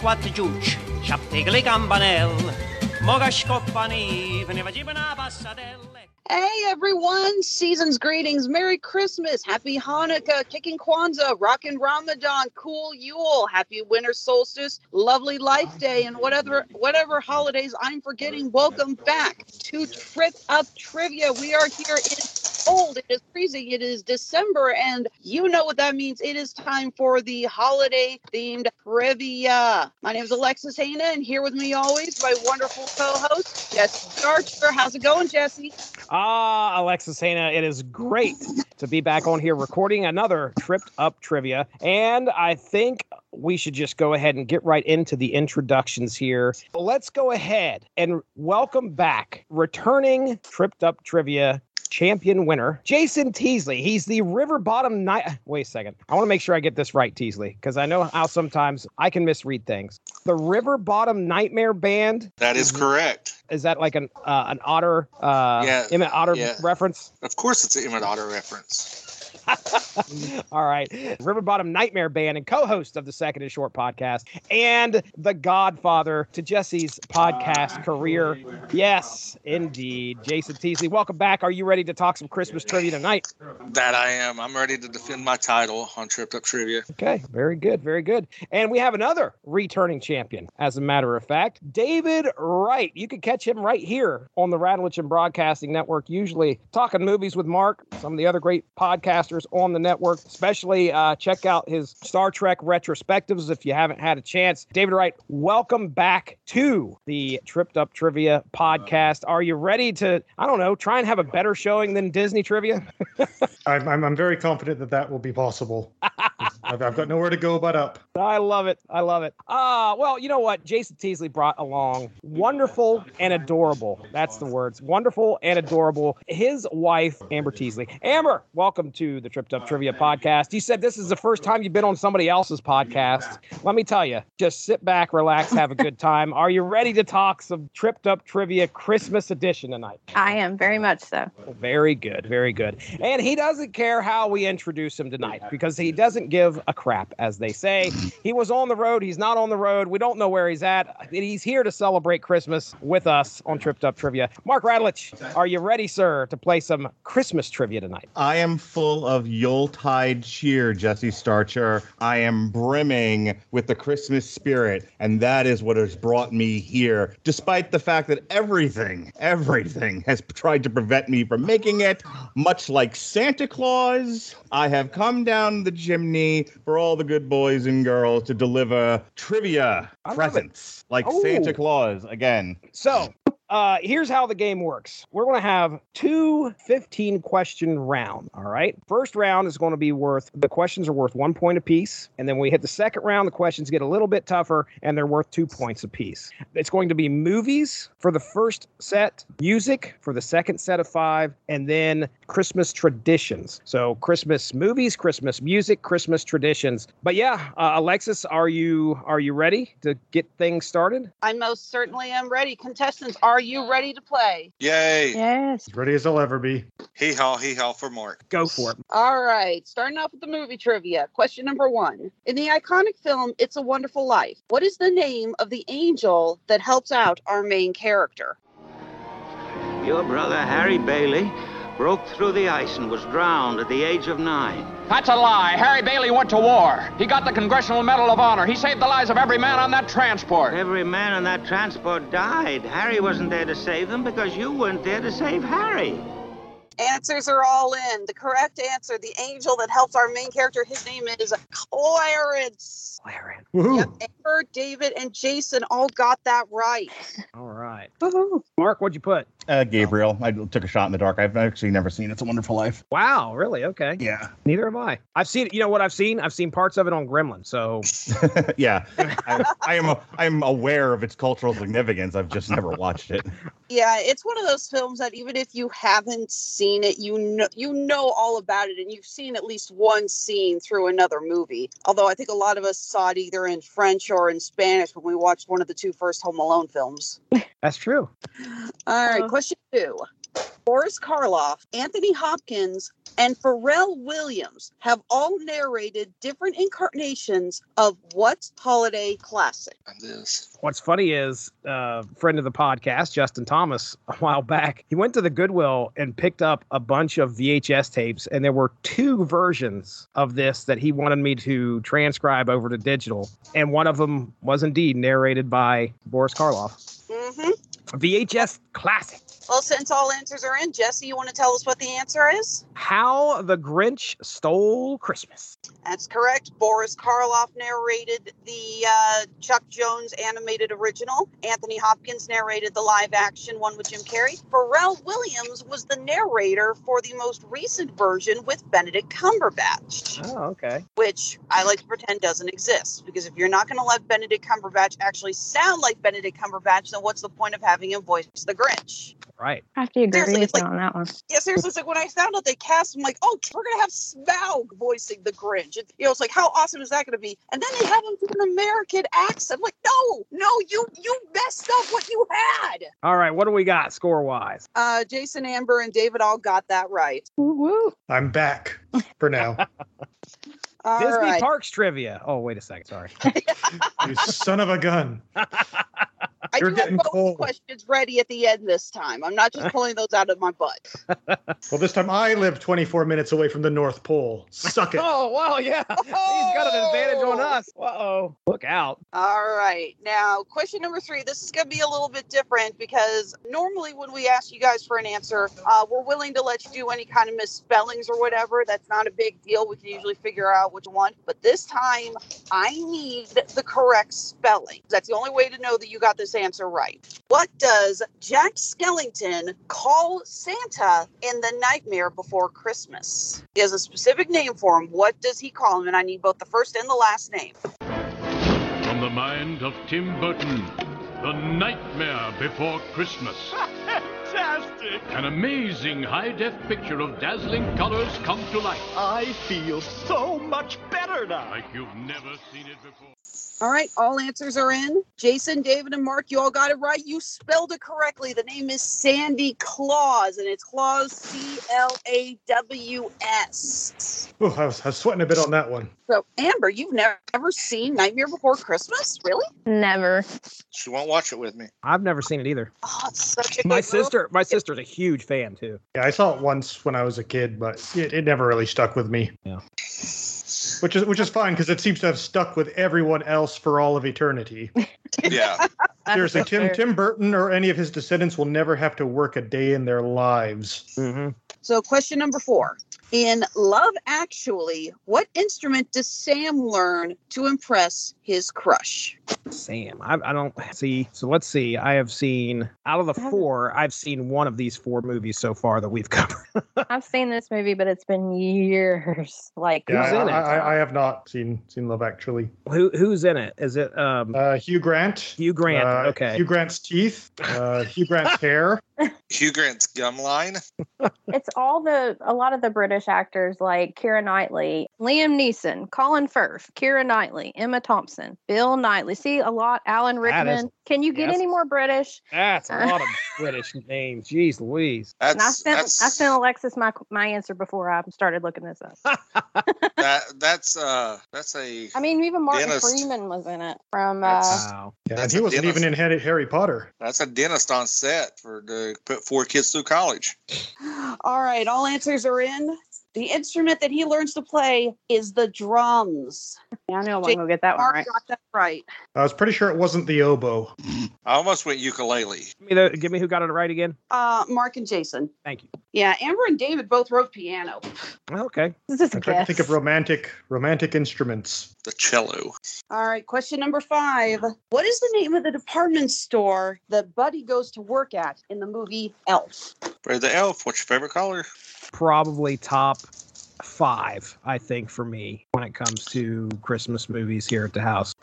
quattro giucci, sciatte le campanelle, moga scoppani, ve ne faceva una passatelle. Hey everyone, season's greetings, Merry Christmas, Happy Hanukkah, Kicking Kwanzaa, Rockin' Ramadan, Cool Yule, Happy Winter Solstice, Lovely Life Day, and whatever whatever holidays I'm forgetting. Welcome back to Trip Up Trivia. We are here. It is cold, it is freezing, it is December, and you know what that means. It is time for the holiday themed trivia. My name is Alexis Haina, and here with me always my wonderful co-host Jesse Archer. How's it going, Jesse? Ah, Alexis Haina, it is great to be back on here recording another tripped up trivia. And I think we should just go ahead and get right into the introductions here. Let's go ahead and welcome back returning tripped up trivia champion winner jason teasley he's the river bottom night wait a second i want to make sure i get this right teasley because i know how sometimes i can misread things the river bottom nightmare band That is Mm-hmm. correct. is that like an uh, an otter uh Yeah, Emmett Otter yeah. reference? Of course, it's an Emmett Otter reference. All right. River Bottom Nightmare Band and co-host of the Second and Short podcast and the godfather to Jesse's podcast career. Yes, indeed. Jason Teasley, welcome back. Are you ready to talk some Christmas trivia tonight? That I am. I'm ready to defend my title on Tripped Up Trivia. Okay, very good, very good. And we have another returning champion, as a matter of fact, David Wright. You can catch him right here on the Radlich and Broadcasting Network, usually talking movies with Mark, some of the other great podcasters on the network. Especially uh, check out his Star Trek retrospectives if you haven't had a chance. David Wright, welcome back to the Tripped Up Trivia podcast. Are you ready to, I don't know, try and have a better showing than Disney trivia? I'm, I'm, I'm very confident that that will be possible. I've, I've got nowhere to go but up. I love it. I love it. Ah, well, you know what? Jason Teasley brought along wonderful and adorable. That's the words. Wonderful and adorable. His wife, Amber Teasley. Amber, welcome to the Tripped Up Trivia podcast. You said this is the first time you've been on somebody else's podcast. Let me tell you, just sit back, relax, have a good time. Are you ready to talk some Tripped Up Trivia Christmas edition tonight? I am very much so. Very good, very good. And he doesn't care how we introduce him tonight because he doesn't give a crap, as they say. He was on the road, he's not on the road. We don't know where he's at. He's here to celebrate Christmas with us on Tripped Up Trivia. Mark Radlich, are you ready, sir, to play some Christmas trivia tonight? I am full of Yuletide cheer, Jesse Starcher. I am brimming with the Christmas spirit, and that is what has brought me here, despite the fact that everything, everything has tried to prevent me from making it. Much like Santa Claus, I have come down the chimney for all the good boys and girls to deliver trivia I love it. presents, like Oh. Santa Claus again. So, uh, here's how the game works. We're going to have two 15 question round. All right. First round is going to be worth the questions are worth one point apiece, and then when we hit the second round. The questions get a little bit tougher, and they're worth two points apiece. It's going to be movies for the first set, music for the second set of five, and then Christmas traditions. So Christmas movies, Christmas music, Christmas traditions. But yeah, uh, Alexis, are you are you ready to get things started? I most certainly am ready. Contestants, are you ready to play? Yay! Yes. As ready as I'll ever be. Hee haw, hee haw for Mark. Go for it. All right, starting off with the movie trivia. Question number one. In the iconic film It's a Wonderful Life, what is the name of the angel that helps out our main character? Your brother Harry Bailey broke through the ice and was drowned at the age of nine. That's a lie. Harry Bailey went to war. He got the Congressional Medal of Honor. He saved the lives of every man on that transport. Every man on that transport died. Harry wasn't there to save them because you weren't there to save Harry. Answers are all in. The correct answer, the angel that helps our main character, his name is Clarence. Woohoo! Yep, Amber, David, and Jason all got that right. All right. Woohoo. Mark, what'd you put? Uh, Gabriel, I took a shot in the dark. I've actually never seen It's a Wonderful Life. Wow, really? Okay. Yeah. Neither have I. I've seen you know what I've seen? I've seen parts of it on Gremlin. So yeah, I, I am. A, I'm aware of its cultural significance. I've just never watched it. Yeah, it's one of those films that even if you haven't seen it, you know you know all about it, and you've seen at least one scene through another movie. Although I think a lot of us saw it either in French or in Spanish when we watched one of the two first Home Alone films. that's true. All right, Uh. question two. Boris Karloff, Anthony Hopkins, and Pharrell Williams have all narrated different incarnations of what holiday classic? It is. What's funny is a friend of the podcast, Justin Thomas, a while back, he went to the Goodwill and picked up a bunch of VHS tapes, and there were two versions of this that he wanted me to transcribe over to digital, and one of them was indeed narrated by Boris Karloff. Mm-hmm. VHS classic. Well, since all answers are in, Jesse, you want to tell us what the answer is? How the Grinch Stole Christmas. That's correct. Boris Karloff narrated the uh, Chuck Jones animated original. Anthony Hopkins narrated the live action one with Jim Carrey. Pharrell Williams was the narrator for the most recent version with Benedict Cumberbatch, Oh, okay. which I like to pretend doesn't exist. Because if you're not going to let Benedict Cumberbatch actually sound like Benedict Cumberbatch, then what's the point of having him voice the Grinch? Right. I have to agree Seriously, with it's you like- on that one. Yeah, seriously, it's like when I found out they cast him, like, oh, we're gonna have Smaug voicing the Grinch. It, you know, it's like how awesome is that gonna be? And then they have him with an American accent. I'm like, no, no, you you messed up what you had. All right. What do we got score wise? Uh, Jason Amber and David all got that right. Woo woo. I'm back for now. All right. Disney Parks trivia. Oh, wait a second. Sorry. you son of a gun. I do You're have getting bonus cold. questions ready at the end this time. I'm not just pulling those out of my butt. Well, this time I live 24 minutes away from the North Pole. Suck it. Oh, wow. Yeah. He's got an advantage on us. Uh oh. Look out. All right. Now, question number three. This is going to be a little bit different because normally when we ask you guys for an answer, uh, we're willing to let you do any kind of misspellings or whatever. That's not a big deal. We can usually figure out which one. But this time, I need the correct spelling. That's the only way to know that you got this answer right. What does Jack Skellington call Santa in The Nightmare Before Christmas? He has a specific name for him. What does he call him? And I need both the first and the last name. From the mind of Tim Burton, The Nightmare Before Christmas. Fantastic! An amazing high def picture of dazzling colors come to life. I feel so much better now. Like you've never seen it before. All right, all answers are in. Jason, David, and Mark, you all got it right. You spelled it correctly. The name is Sandy Claus, and it's Claus C L A W S. Ooh, I, was, I was sweating a bit on that one. So, Amber, you've never, ever seen Nightmare Before Christmas? Really? Never. She won't watch it with me. I've never seen it either. Oh, it's such a good My movie. sister, my sister's a huge fan too. Yeah, I saw it once when I was a kid, but it, it never really stuck with me. Yeah. Which is which is fine because it seems to have stuck with everyone else for all of eternity. Yeah. That's Seriously, so Tim fair. Tim Burton or any of his descendants will never have to work a day in their lives. Mm-hmm. So, question number four. In Love Actually, what instrument does Sam learn to impress his crush? Sam, I, I don't see. So let's see. I have seen out of the I haven't- four, I've seen one of these four movies so far that we've covered. I've seen this movie, but it's been years. Like Yeah, Who's I, in it? I, I have not seen seen Love Actually. Who who's in it? Is it um Uh, Hugh Grant. Hugh Grant? uh, okay. Hugh Grant's teeth. Uh, Hugh Grant's hair. Hugh Grant's gum line. it's all the a lot of the British actors like Kira Knightley, Liam Neeson, Colin Firth, Kira Knightley, Emma Thompson, Bill Knightley. See a lot. Alan That is- Rickman. Can you get yes. any more British? that's a lot of British names. Jeez Louise. And I That's sent I that's sent Alexis my my answer before I started looking this up. that, that's uh that's a I mean, even Martin Dentist. Freeman was in it from. That's- Uh, Wow. Yeah, and That's he a wasn't dentist. even in Harry, Harry Potter. that's a dentist on set for to put four kids through college. All right, all answers are in. The instrument that he learns to play is the drums. yeah, I know I'm Jake going to get that one Mark right. got that right. I was pretty sure it wasn't the oboe. I almost went ukulele. Give me the, give me who got it right again. Uh, Mark and Jason. Thank you. Yeah, Amber and David both wrote piano. Okay. This is a I'm trying to guess. think of romantic romantic instruments. The cello. All right, question number five. What is the name of the department store that Buddy goes to work at in the movie Elf? Brother the elf. What's your favorite color? Probably top five, I think, for me when it comes to Christmas movies here at the house.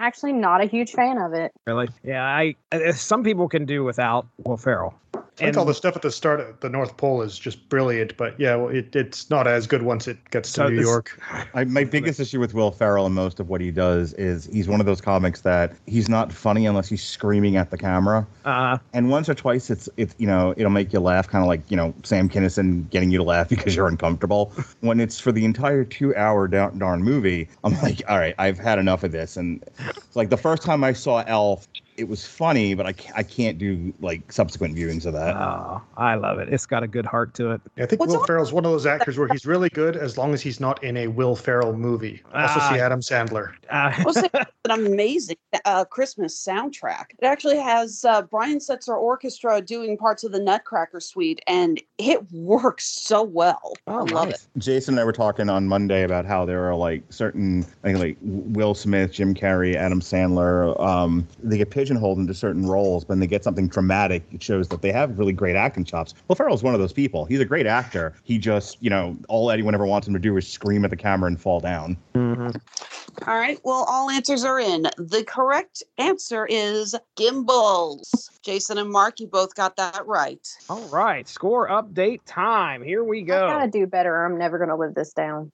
Actually, not a huge fan of it. Really? Yeah, I. uh, Some people can do without Will Ferrell. I think all the stuff at the start at the North Pole is just brilliant, but yeah, well, it, it's not as good once it gets to So New this- York. I, my biggest issue with Will Ferrell and most of what he does is he's one of those comics that he's not funny unless he's screaming at the camera. Uh, and once or twice, it's it's you know it'll make you laugh, kind of like you know Sam Kinison getting you to laugh because you're uncomfortable. when it's for the entire two-hour darn, darn movie, I'm like, all right, I've had enough of this. And it's like the first time I saw Elf, it was funny, but I ca- I can't do like subsequent viewings of that. Oh, I love it. It's got a good heart to it. I think Will Ferrell's one of those actors where he's really good as long as he's not in a Will Ferrell movie. Also Ah. see Adam Sandler. Uh, Well, it's like an amazing uh, Christmas soundtrack. It actually has uh, Brian Setzer Orchestra doing parts of the Nutcracker Suite, and it works so well. I love it. Jason and I were talking on Monday about how there are like certain, I think like Will Smith, Jim Carrey, Adam Sandler, um, they get pigeonholed into certain roles. But when they get something dramatic, it shows that they have really great acting chops. Will Ferrell's one of those people. He's a great actor. He just, you know, all anyone ever wants him to do is scream at the camera and fall down. Mm-hmm. All right. Well, all answers are in. The correct answer is gimbals. Jason and Mark, you both got that right. All right, score update time. Here we go. I gotta do better. or I'm never gonna live this down.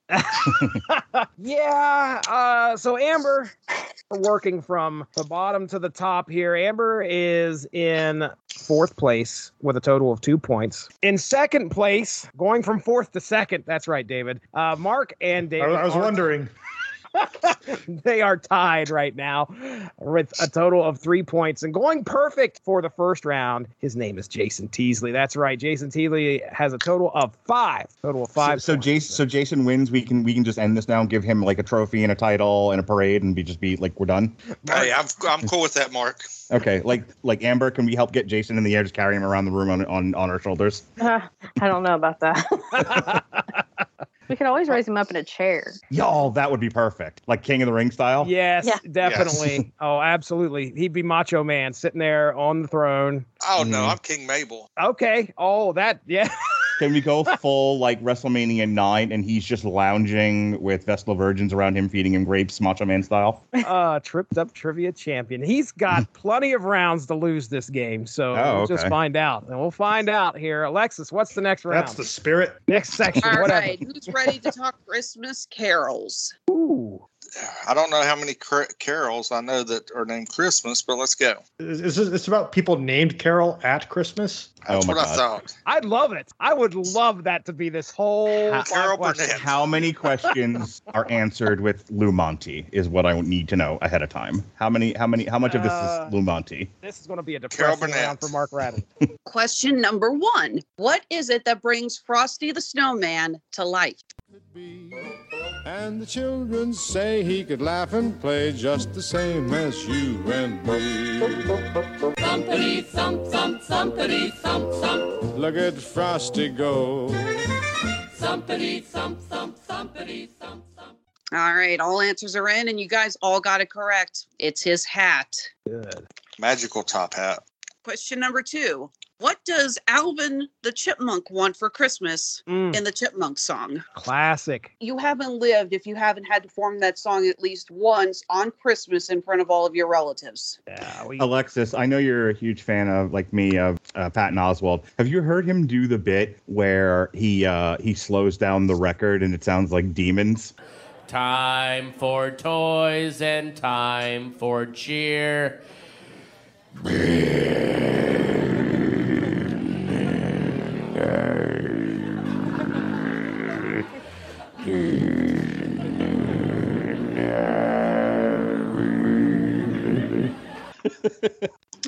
yeah. Uh, so Amber, we're working from the bottom to the top here. Amber is in fourth place with a total of two points. In second place, going from fourth to second. That's right, David. Uh, Mark and I, David. I was are- wondering. they are tied right now with a total of three points and going perfect for the first round. His name is Jason Teasley. That's right. Jason Teasley has a total of five. Total of five. So, so Jason, so Jason wins. We can we can just end this now and give him like a trophy and a title and a parade and be just be like we're done. Hey, I'm I'm cool with that, Mark. Okay, like like Amber, can we help get Jason in the air? Just carry him around the room on on, on our shoulders. I don't know about that. we can always raise him up in a chair. Y'all, that would be perfect. Like King of the Ring style. Yes, Yeah. definitely. Oh, absolutely. He'd be Macho Man sitting there on the throne. Oh no, I'm King Mabel. Okay. Oh, that, yeah. Can we go full like WrestleMania 9 and he's just lounging with Vestal Virgins around him, feeding him grapes, Macho Man style? Uh, tripped up trivia champion. He's got plenty of rounds to lose this game. So Oh, we'll just okay. find out. And we'll find out here. Alexis, what's the next round? That's the spirit. next section. All whatever. right. Who's ready to talk Christmas carols? Ooh. I don't know how many car- carols I know that are named Christmas, but let's go. Is, is this it's about people named Carol at Christmas? That's oh my what I God. thought. I love it. I would love that to be this whole. How- Carol question. Burnett. How many questions are answered with Lou Monte is what I need to know ahead of time. How many, how many, how much of this Uh, is Lou Monte? This is going to be a Carol depressing round Burnett. for Mark Rattle. Question number one What is it that brings Frosty the Snowman to life? And the children say he could laugh and play just the same as you and me. Thumpity thump thump thumpity thump thump Look at Frosty go. thumpity thump thump thumpity thump thump. All right. All answers are in, and you guys all got it correct. It's his hat. Good. Magical top hat. Question number two What does Alvin the Chipmunk want for Christmas Mm, in the Chipmunk song? classic. You haven't lived if you haven't had to form that song at least once on Christmas in front of all of your relatives. Yeah, we, Alexis, I know you're a huge fan of, like me, of uh, Patton Oswald. Have you heard him do the bit where he uh, he slows down the record and it sounds like demons? Time for toys and time for cheer.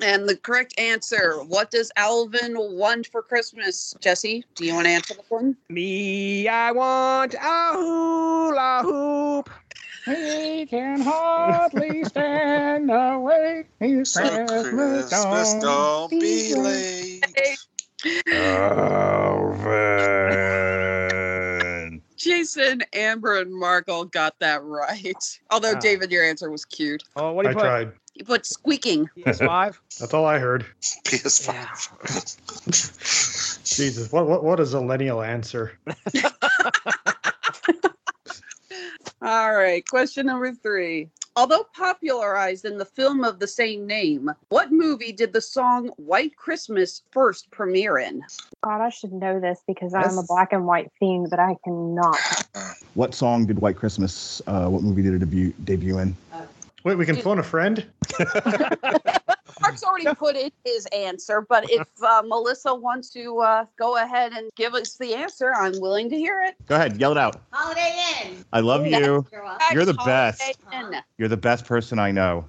And the correct answer What does Alvin want for Christmas? Jesse, do you want to answer this one? me, I want a hula hoop. He can hardly stand awake. He's So Christmas, don't, be late. Alvin. Jason, Amber, and Mark all got that right. Although, Ah. David, your answer was cute. Oh, what do I you put? tried. You put squeaking. PS5. That's all I heard. PS5. Jesus, what what what is a millennial answer? All right. Question number three Although popularized in the film of the same name, what movie did the song White Christmas first premiere in? God, I should know this because I'm a Yes. black and white fiend, but I cannot. What song did White Christmas? Uh, what movie did it debut debut in? Wait, we can phone a friend. Mark's already put in his answer, but if uh, Melissa wants to uh, go ahead and give us the answer, I'm willing to hear it. Go ahead, yell it out. Holiday Inn. I love you. You're the best. You're the best person I know.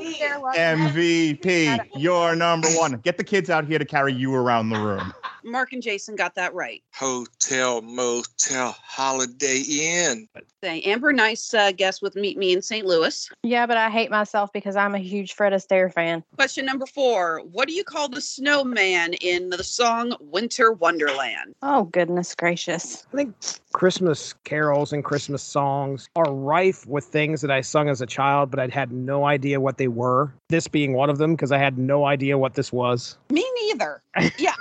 MVP. MVP, you're number one. Get the kids out here to carry you around the room. Mark and Jason got that right. Hotel, motel, Holiday Inn. Say, Amber, nice uh, guess with Meet Me in St. Louis. Yeah, but I hate myself because I'm a huge Fred Astaire fan. Question number four What do you call the snowman in the song Winter Wonderland? Oh goodness gracious! I think Christmas carols and Christmas songs are rife with things that I sung as a child, but I would had no idea what they were. This being one of them, because I had no idea what this was. Me neither. Yeah.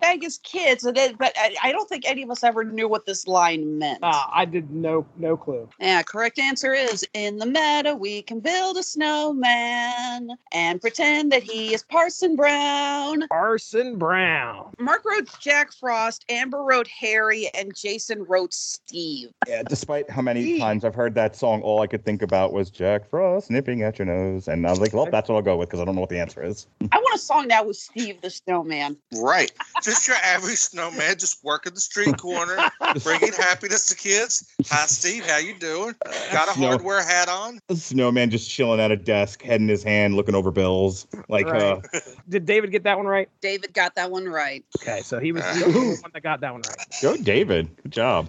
Bag as kids, and it- but I, I don't think any of us ever knew what this line meant. Ah, I did no no clue. Yeah, correct answer is in the meadow we can build a snowman and pretend that he is Parson Brown. Parson Brown. Mark wrote Jack Frost, Amber wrote Harry, and Jason wrote Steve. Yeah, despite how many times I've heard that song, all I could think about was Jack Frost nipping at your nose. And I was like, well, that's what I'll go with because I don't know what the answer is. I want a song now with Steve the Snowman. Right. Just your average snowman, just working the street corner, bringing happiness to kids. Hi, Steve. How you doing? Got a Snow. hardware hat on? The snowman just chilling at a desk, head in his hand, looking over bills. Like, uh, Did David get that one right? David got that one right. Okay, so he was the only one that got that one right. Go, David. Good job.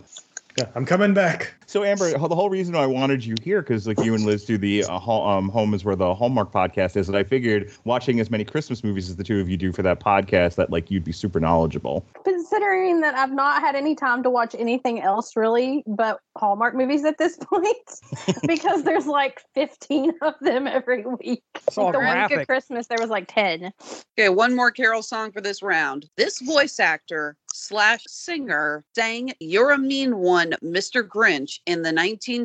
Yeah, I'm coming back. So, Amber, the whole reason I wanted you here, because like you and Liz do the uh, ho- um, Home is Where the Hallmark podcast is, and I figured watching as many Christmas movies as the two of you do for that podcast, that like you'd be super knowledgeable. Considering that I've not had any time to watch anything else really, but Hallmark movies at this point, because there's like 15 of them every week. all the week graphic. of Christmas, there was like 10. Okay, one more Carol song for this round. This voice actor slash singer sang You're a Mean One, Mr. Grinch in the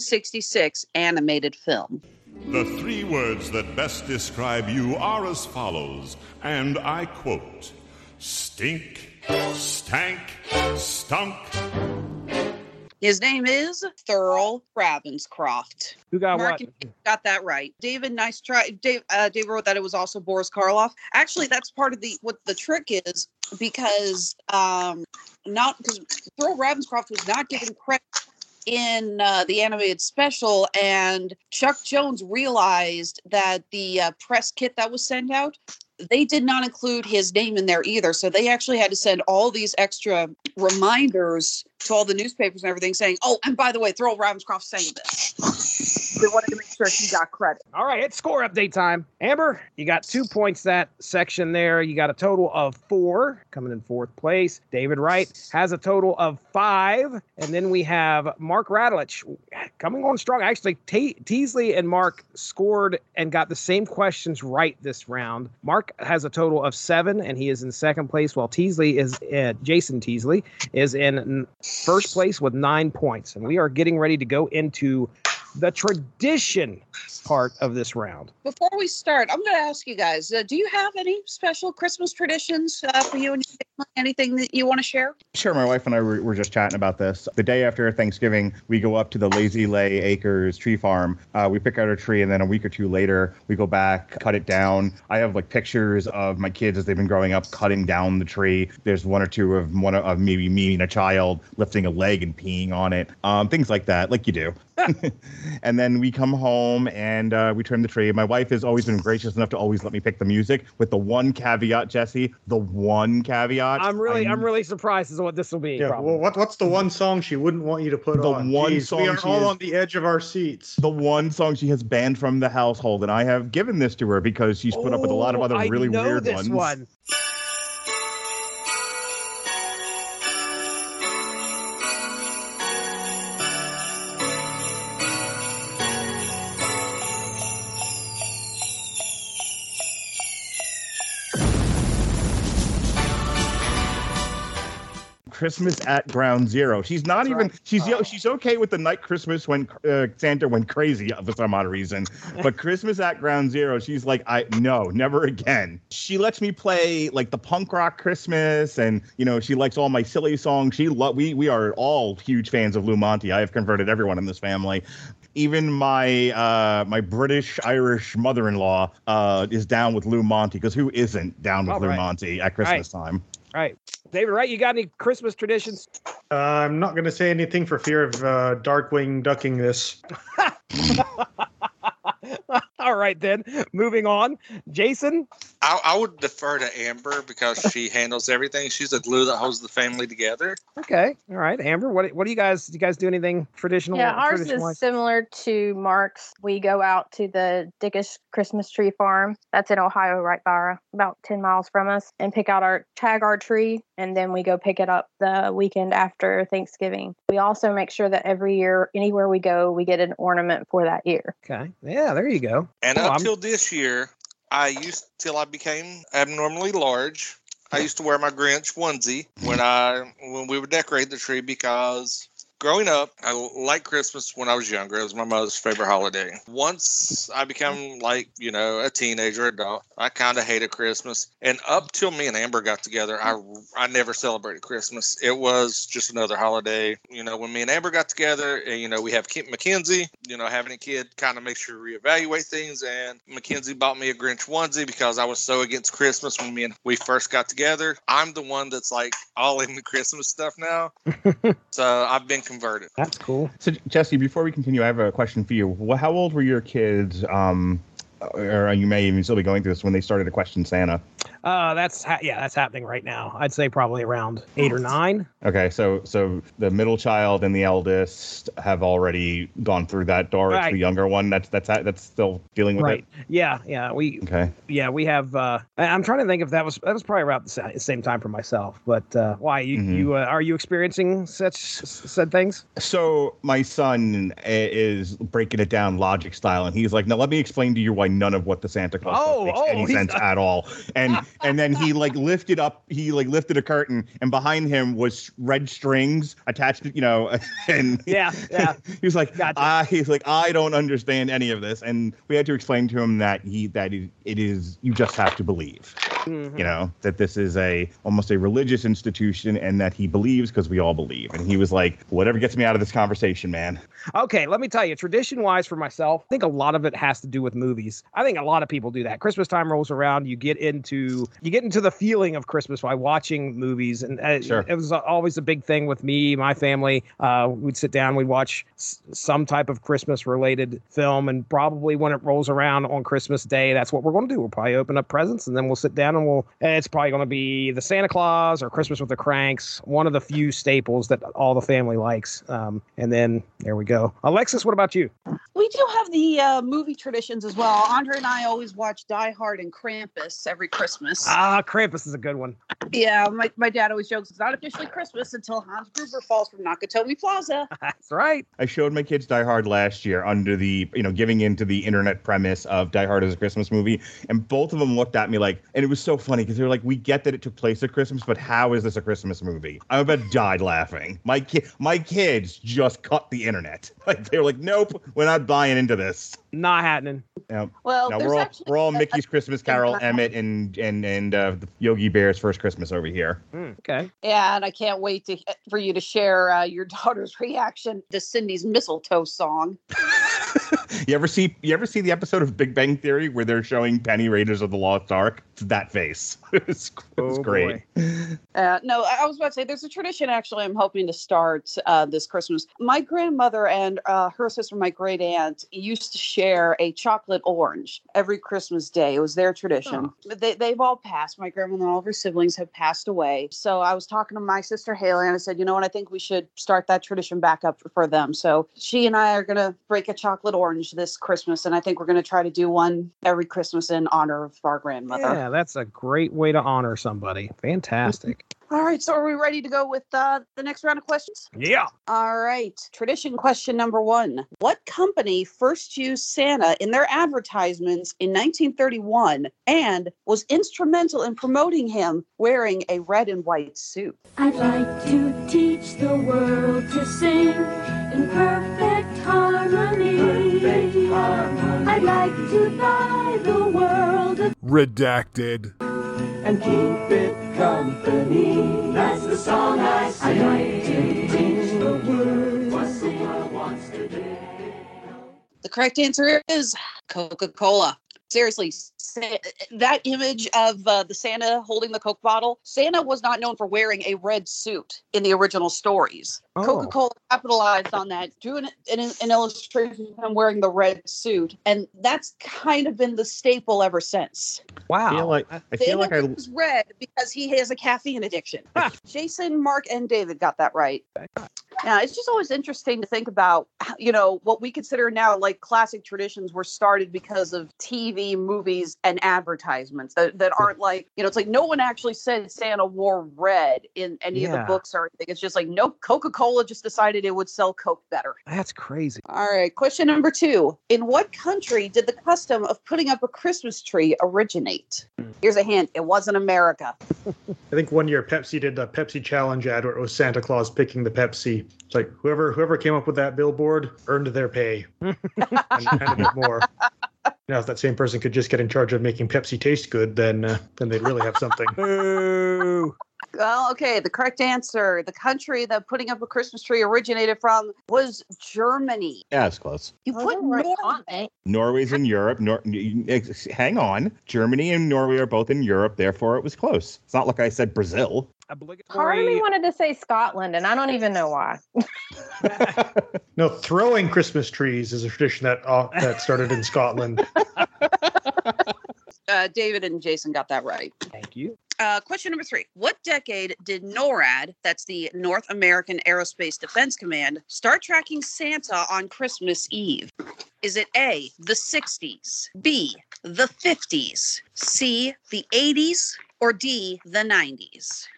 1966 animated film. The three words that best describe you are as follows, and I quote Stink, stank, stunk. His name is Thurl Ravenscroft. Who got Mark what? you got that right. David, nice try. Dave, uh, Dave wrote that it was also Boris Karloff. Actually, that's part of the what the trick is because um not because Thurl Ravenscroft was not given credit in uh, the animated special, and Chuck Jones realized that the uh, press kit that was sent out. They did not include his name in there either. So they actually had to send all these extra reminders to all the newspapers and everything saying, oh, and by the way, Thurl Ravenscroft sang this. They wanted to make sure he got credit. All right, it's score update time. Amber, you got two points that section there. You got a total of four coming in fourth place. David Wright has a total of five. And then we have Mark Radlich coming on strong. Actually, Te- Teasley and Mark scored and got the same questions right this round. Mark has a total of seven, and he is in second place, while Teasley is, uh, Jason Teasley is in n- first place with nine points. And we are getting ready to go into the tradition part of this round. Before we start, I'm going to ask you guys uh, do you have any special Christmas traditions uh, for you and your family? anything that you want to share? Sure, my wife and I were, were just chatting about this. The day after Thanksgiving, we go up to the Lazy Lay Acres tree farm. Uh, we pick out a tree, and then a week or two later, we go back, cut it down. I have like pictures of my kids as they've been growing up cutting down the tree. There's one or two of one of maybe me and a child lifting a leg and peeing on it, um, things like that, like you do. and then we come home and uh, we trim the tree. My wife has always been gracious enough to always let me pick the music, with the one caveat, Jesse, the one caveat. I'm really, I'm really surprised is what this will be. Yeah. probably. Well, what what's the one song she wouldn't want you to put The on? one Jeez, song we are she all is- on the edge of our seats. the one song she has banned from the household, and I have given this to her because she's put up with a lot of Oh, other I really know weird this ones. one. Christmas at Ground Zero. She's not even she's Oh. yo she's okay with the night Christmas when uh, Santa went crazy uh, for some odd reason, but Christmas at Ground Zero, she's like, I no, never again. She lets me play like the punk rock Christmas, and you know she likes all my silly songs. She lo- we we are all huge fans of Lou Monte. I have converted everyone in this family even my uh, my British Irish mother in law uh, is down with Lou Monte because who isn't down with All Lou right. Monte at Christmas time? Right. David Wright, you got any Christmas traditions? Uh, I'm not going to say anything for fear of uh, Darkwing ducking this. All right, then. Moving on. Jason? I, I would defer to Amber because she handles everything. She's the glue that holds the family together. Okay. All right. Amber, what, what do you guys, do you guys do anything traditional? Yeah, ours is traditional-wise? similar to Mark's. We go out to the Dickish Christmas tree farm. That's in Ohio, right by our, about 10 miles from us, and pick out our tag our tree, and then we go pick it up the weekend after Thanksgiving. We also make sure that every year, anywhere we go, we get an ornament for that year. Okay. Yeah, there you go. And Oh, up I'm- till this year, I used till I became abnormally large. I used to wear my Grinch onesie when I when we would decorate the tree because growing up, I liked Christmas when I was younger. It was my mother's favorite holiday. Once I become like you know a teenager, adult, I kind of hated Christmas. And up till me and Amber got together, I I never celebrated Christmas. It was just another holiday. You know, when me and Amber got together, and you know we have Kent McKenzie. You know, having a kid kind of makes you reevaluate things. And McKenzie bought me a Grinch onesie because I was so against Christmas when me and we first got together. I'm the one that's like all in the Christmas stuff now. so I've been converted. That's cool. So Jesse, before we continue, I have a question for you. Wh- How old were your kids? Um, or you may even still be going through this when they started to question Santa. Uh, that's, ha- yeah, that's happening right now. I'd say probably around eight or nine. Okay, so so the middle child and the eldest have already gone through that door. It's Right. the younger one that's that's that's still dealing with Right. Yeah. Yeah. We, it. Okay. yeah, we have. Uh, I- I'm trying to think if that was that was probably around the sa- same time for myself. But uh, why you you uh, are you experiencing such said things? So my son i- is breaking it down logic style, and he's like, "Now let me explain to you why none of what the Santa Claus stuff Oh, makes oh, any he's- sense at all." And and then he like lifted up, he like lifted a curtain, and behind him was red strings attached, you know, and yeah, yeah. he was like, "I," he's like, "I don't understand any of this," and we had to explain to him that he that it, it is you just have to believe Mm-hmm. you know that this is a almost a religious institution and that he believes because we all believe and he was like whatever gets me out of this conversation man Okay, let me tell you, tradition wise for myself, I think a lot of it has to do with movies. I think a lot of people do that. Christmas time rolls around, you get into you get into the feeling of Christmas by watching movies, and uh, Sure. it was always a big thing with me, my family. Uh, we'd sit down, we'd watch s- some type of Christmas related film, and probably when it rolls around on Christmas Day, that's what we're going to do. We'll probably open up presents, and then we'll sit down and we'll. and It's probably going to be the Santa Claus or Christmas with the Cranks, one of the few staples that all the family likes. Um, and then there we go. Alexis, what about you? We do have the uh, movie traditions as well. Andre and I always watch Die Hard and Krampus every Christmas. Ah, Krampus is a good one. Yeah, my, my dad always jokes it's not officially Christmas until Hans Gruber falls from Nakatomi Plaza. That's right. i showed my kids die hard last year under the you know giving into the internet premise of die hard as a christmas movie and both of them looked at me like and it was so funny because they were like we get that it took place at christmas but how is this a christmas movie i about died laughing my kid my kids just cut the internet like they were like nope we're not buying into this Not happening. Yep. Well, Now, there's we're all, actually we're all Mickey's Christmas Carol, Uh, Emmett, and and and uh, the Yogi Bear's first Christmas over here. Hmm, okay. Yeah, and I can't wait to for you to share uh, your daughter's reaction to Cindy's mistletoe song. You ever see you ever see the episode of Big Bang Theory where they're showing Penny Raiders of the Lost Ark? It's that face. it's Oh, it's great. Uh, no, I I was about to say there's a tradition actually I'm hoping to start uh, this Christmas. My grandmother and uh, her sister, my great aunt, used to share a chocolate orange every Christmas day. It was their tradition. But They, they've all passed. My grandma and all of her siblings have passed away. So I was talking to my sister Haley and I said, you know what, I think we should start that tradition back up for them. So she and I are going to break a chocolate orange orange this Christmas, and I think we're going to try to do one every Christmas in honor of our grandmother. Yeah, that's a great way to honor somebody. Fantastic. All right, so are we ready to go with uh, the next round of questions? Yeah. All right. Tradition question number one What company first used Santa in their advertisements in 1931 and was instrumental in promoting him wearing a red and white suit? I'd like to teach the world to sing in perfect harmony. I'd like to buy the world a Redacted. and keep it company. That's the song I sing. I like to teach the world what the world wants to do. The correct answer is Coca Cola. Seriously, Sa- that image of uh, the Santa holding the Coke bottle, Santa was not known for wearing a red suit in the original stories. Oh. Coca Cola capitalized on that, drew an, an, an illustration of him wearing the red suit, and that's kind of been the staple ever since. Wow. I feel like I, feel like Santa I Ah. was red because he has a caffeine addiction. Jason, Mark, and David got that right. Yeah, it's just always interesting to think about, you know, what we consider now like classic traditions were started because of TV, movies, and advertisements that, that aren't like, you know, it's like no one actually said Santa wore red in any of Yeah. the books or anything. It's just like, no, Coca Cola just decided it would sell Coke better. That's crazy. All right. Question number two In what country did the custom of putting up a Christmas tree originate? Here's a hint it wasn't America. I think one year Pepsi did the Pepsi challenge ad where it was Santa Claus picking the Pepsi. It's like whoever whoever came up with that billboard earned their pay and, and a bit more. Now, if that same person could just get in charge of making Pepsi taste good, then uh, then they'd really have something. Well, okay. The correct answer the country that putting up a Christmas tree originated from was Germany. yeah, it's close. You put Oh, Oh, Norway. Norway's in Europe. Nor- hang on, Germany and Norway are both in Europe. Therefore, it was close. It's not like I said Brazil. Part of me wanted to say Scotland, and I don't even know why. No, throwing Christmas trees is a tradition that uh, that started in Scotland. Uh, David and Jason got that right. Thank you. Uh, question number three What decade did NORAD, that's the North American Aerospace Defense Command, start tracking Santa on Christmas Eve? Is it A, the 60s, B, the 50s, C, the 80s, or D, the 90s?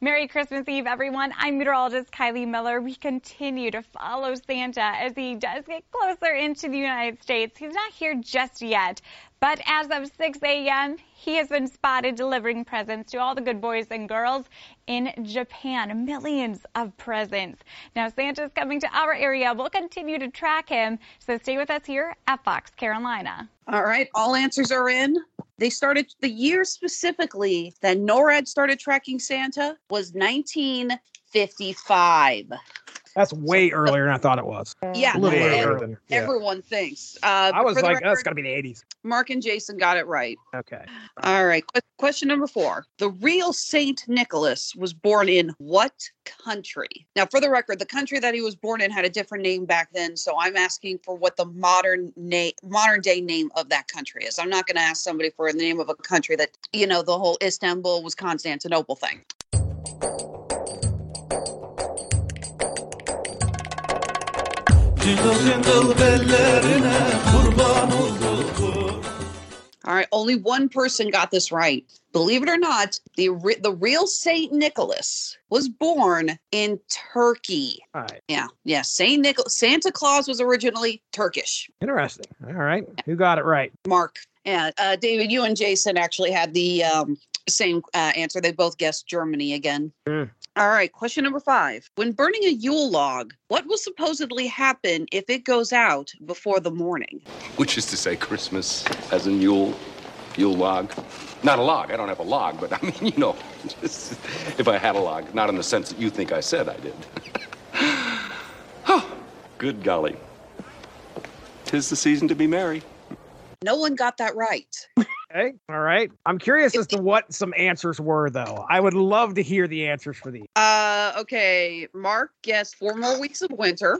Merry Christmas Eve, everyone. I'm meteorologist Kylie Miller. We continue to follow Santa as he does get closer into the United States. He's not here just yet, but as of 6 a.m., he has been spotted delivering presents to all the good boys and girls in Japan. Millions of presents. Now, Santa's coming to our area. We'll continue to track him, so stay with us here at Fox Carolina. All right, all answers are in. They started the year specifically that NORAD started tracking Santa was 1955. That's way earlier than I thought it was. Yeah, A little Way earlier earlier. than- Everyone thinks. Uh, I but was for the like, oh, it's record, got to be the 80s. Mark and Jason got it right. Okay. All right. que- question number four. The real Saint Nicholas was born in what country? Now, for the record, the country that he was born in had a different name back then, so I'm asking for what the modern name, modern day name of that country is. I'm not going to ask somebody for the name of a country that you know the whole Istanbul was Constantinople thing. Jingle jingle bellerine kurban olduk. All right, only one person got this right. Believe it or not, the re- the real Saint Nicholas was born in Turkey. All right. Yeah, yeah. Saint Nicholas, Santa Claus was originally Turkish. Interesting. All right. Who got it right? Mark and uh, David, you and Jason actually had the um, same uh, answer. They both guessed Germany again. All right, question number five. When burning a Yule log, what will supposedly happen if it goes out before the morning? Which is to say, Christmas as in Yule, Yule log. Not a log. I don't have a log, but I mean, you know, just if I had a log, not in the sense that you think I said I did. Huh. Good golly. Tis the season to be merry. No one got that right. Okay. All right. I'm curious as to what some answers were, though. I would love to hear the answers for these. Uh, okay, Mark guessed four more weeks of winter.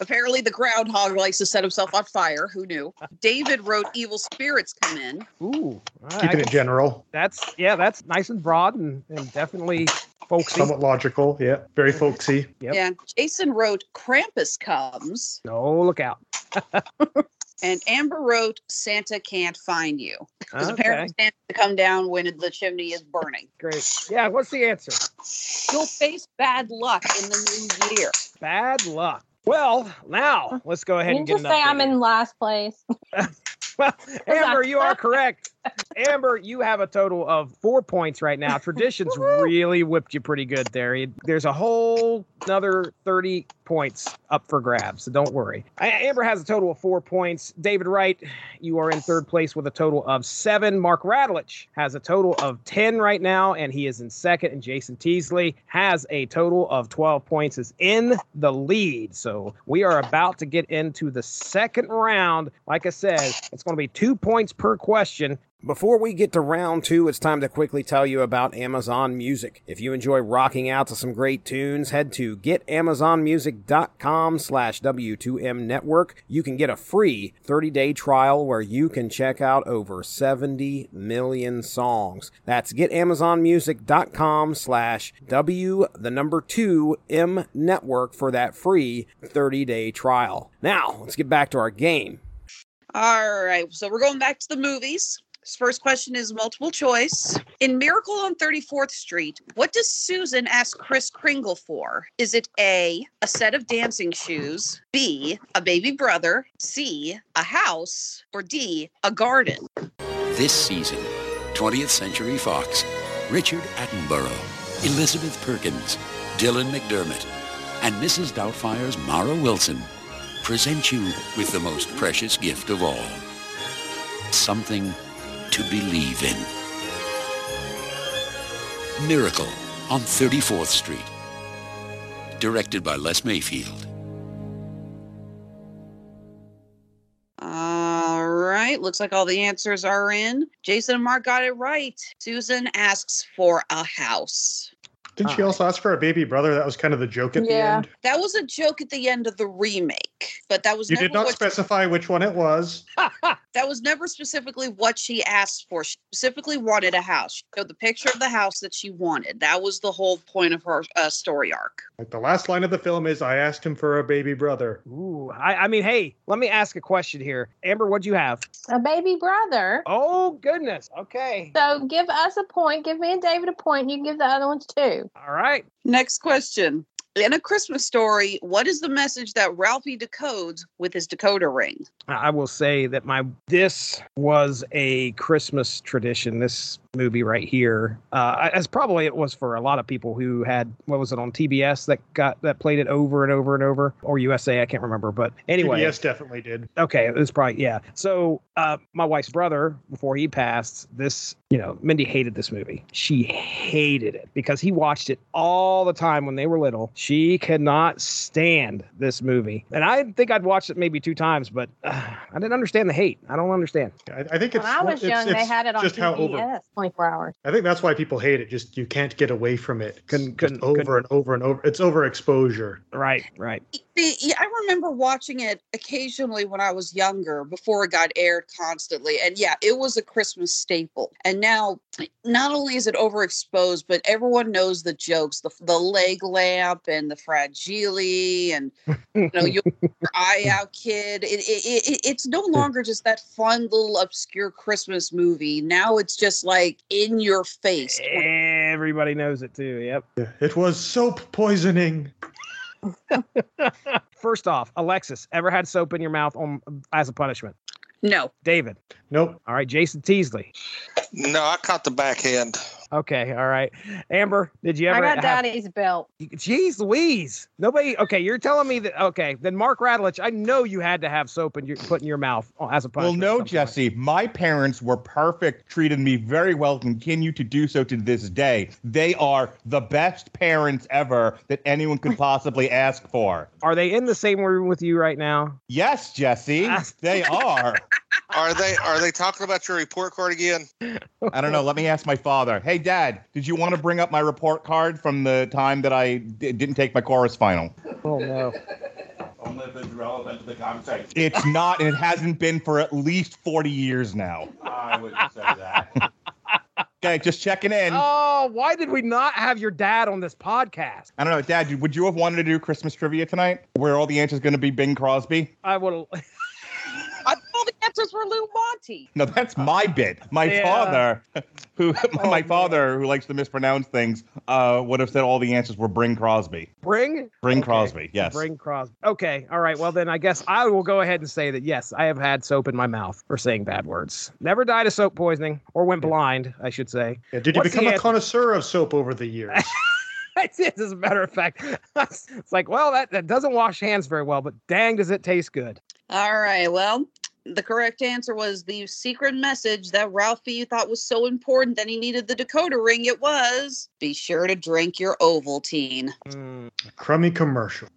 Apparently, the groundhog likes to set himself on fire. Who knew? David wrote "Evil spirits come in." Ooh, all right, I Keeping it can- general. That's yeah, that's nice and broad and, and definitely Folksy. Somewhat logical. Yeah. Very folksy. Yeah. Jason wrote Krampus comes, No, look out. and Amber wrote Santa can't find you because Okay. apparently Santa had to come down when the chimney is burning. Great. Yeah. What's the answer? You'll face bad luck in the new year. Bad luck. Well, now let's go ahead You and get just say I'm in last place. Amber, you are correct. Amber, you have a total of four points right now. Traditions really whipped you pretty good there. You- There's a whole another 30 points up for grabs, so don't worry. A- Amber has a total of four points. David Wright, you are in third place with a total of seven. Mark Radlich has a total of 10 right now, and he is in second. And Jason Teasley has a total of 12 points, is in the lead. So we are about to get into the second round. Like I said, it's going to be two points per question. Before we get to round two, it's time to quickly tell you about Amazon Music. If you enjoy rocking out to some great tunes, head to getamazonmusic.com slash W2M network. You can get a free 30-day trial where you can check out over 70 million songs. That's getamazonmusic.com slash W the number two M network for that free 30-day trial. Now, let's get back to our game. All right. So we're going back to the movies. This first question is multiple choice. In Miracle on 34th Street, what does Susan ask Chris Kringle for? Is it A, a set of dancing shoes, B, a baby brother, C, a house, or D, a garden? This season, 20th Century Fox, Richard Attenborough, Elizabeth Perkins, Dylan McDermott, and Mrs. Doubtfire's Mara Wilson present you with the most precious gift of all. Something to believe in. Miracle on 34th Street. Directed by Les Mayfield. All right. Looks like all the answers are in. Jason and Mark got it right. Susan asks for a house. Didn't Uh, she also ask for a baby brother? That was kind of the joke at the end. That was a joke at the end of the remake, but that was You never did not what specify which one it was. that was never specifically what she asked for. She specifically wanted a house. She showed the picture of the house that she wanted. That was the whole point of her uh, story arc. Like the last line of the film is, "I asked him for a baby brother." Ooh, I, I mean, hey, let me ask a question here. Amber, what'd you have? A baby brother. Oh goodness. Okay. So give us a point. Give me and David a point. and You can give the other ones two. All right. Next question. In a Christmas story, what is the message that Ralphie decodes with his decoder ring? I will say that my this was a Christmas tradition. This movie right here, uh, as probably it was for a lot of people who had what was it on TBS that got that played it over and over and over, or USA, I can't remember. But anyway, yes, definitely did. okay, it was probably yeah. So uh, my wife's brother, before he passed, this you know, Mindy hated this movie. She hated it because he watched it all the time when they were little. She could not stand this movie, and I think I'd watched it maybe two times, but uh, I didn't understand the hate. I don't understand. I, I think When it's I one- was it's- young, they it's had it on just how over- TBS 24 hours. I think that's why people hate it. Just you can't get away from it. It's Couldn't- just couldn't- over couldn't- and over and over. It's overexposure. Right, right. See, yeah, I remember watching it occasionally when I was younger before it got aired constantly. And yeah, it was a Christmas staple. And now, not only is it overexposed, but everyone knows the jokes the, the leg lamp and the fragile and you know, your eye out kid. It, it, it, it's no longer just that fun little obscure Christmas movie. Now it's just like in your face. Everybody knows it too. Yep. It was soap poisoning. First off, Alexis, ever had soap in your mouth on as a punishment? No. David. Nope. All right, Jason Teasley. No, I caught the backhand. Okay, all right. Amber, did you I ever got have- daddy's belt. Jeez Louise. Nobody. Okay, you're telling me that. Okay, then Mark Radlich, I know you had to have soap and you put in your mouth oh, as a Well, punishment. no, Jesse. My parents were perfect, treated me very well, continue to do so to this day. They are the best parents ever that anyone could possibly ask for. Are they in the same room with you right now? Yes, Jesse, they are. Are they are they talking about your report card again? I don't know. Let me ask my father. Hey, Dad, did you want to bring up my report card from the time that I d- didn't take my chorus final? Oh no. Only if it's relevant to the conversation. It's not, and it hasn't been for at least 40 years now. I wouldn't say that. Okay, just checking in. Oh, why did we not have your dad on this podcast? I don't know, Dad. you- Would you have wanted to do Christmas trivia tonight, where all the answers going to be Bing Crosby? I would. I thought all the answers were Lou Monty. No, that's my bit. My Yeah. father, who my father, who likes to mispronounce things, uh, would have said all the answers were Bing Crosby. Bring? Bing Crosby. Yes. Bring Crosby. Okay. All right. Well, then I guess I will go ahead and say that yes, I have had soap in my mouth for saying bad words. Never died of soap poisoning or went blind, I should say. Yeah, did you become a connoisseur of soap over the years? As a matter of fact, it's like, well, that, that doesn't wash hands very well, but dang, does it taste good. All right. Well, the correct answer was the secret message that Ralphie thought was so important that he needed the Dakota ring. It was be sure to drink your Ovaltine. Mm, Crummy commercial.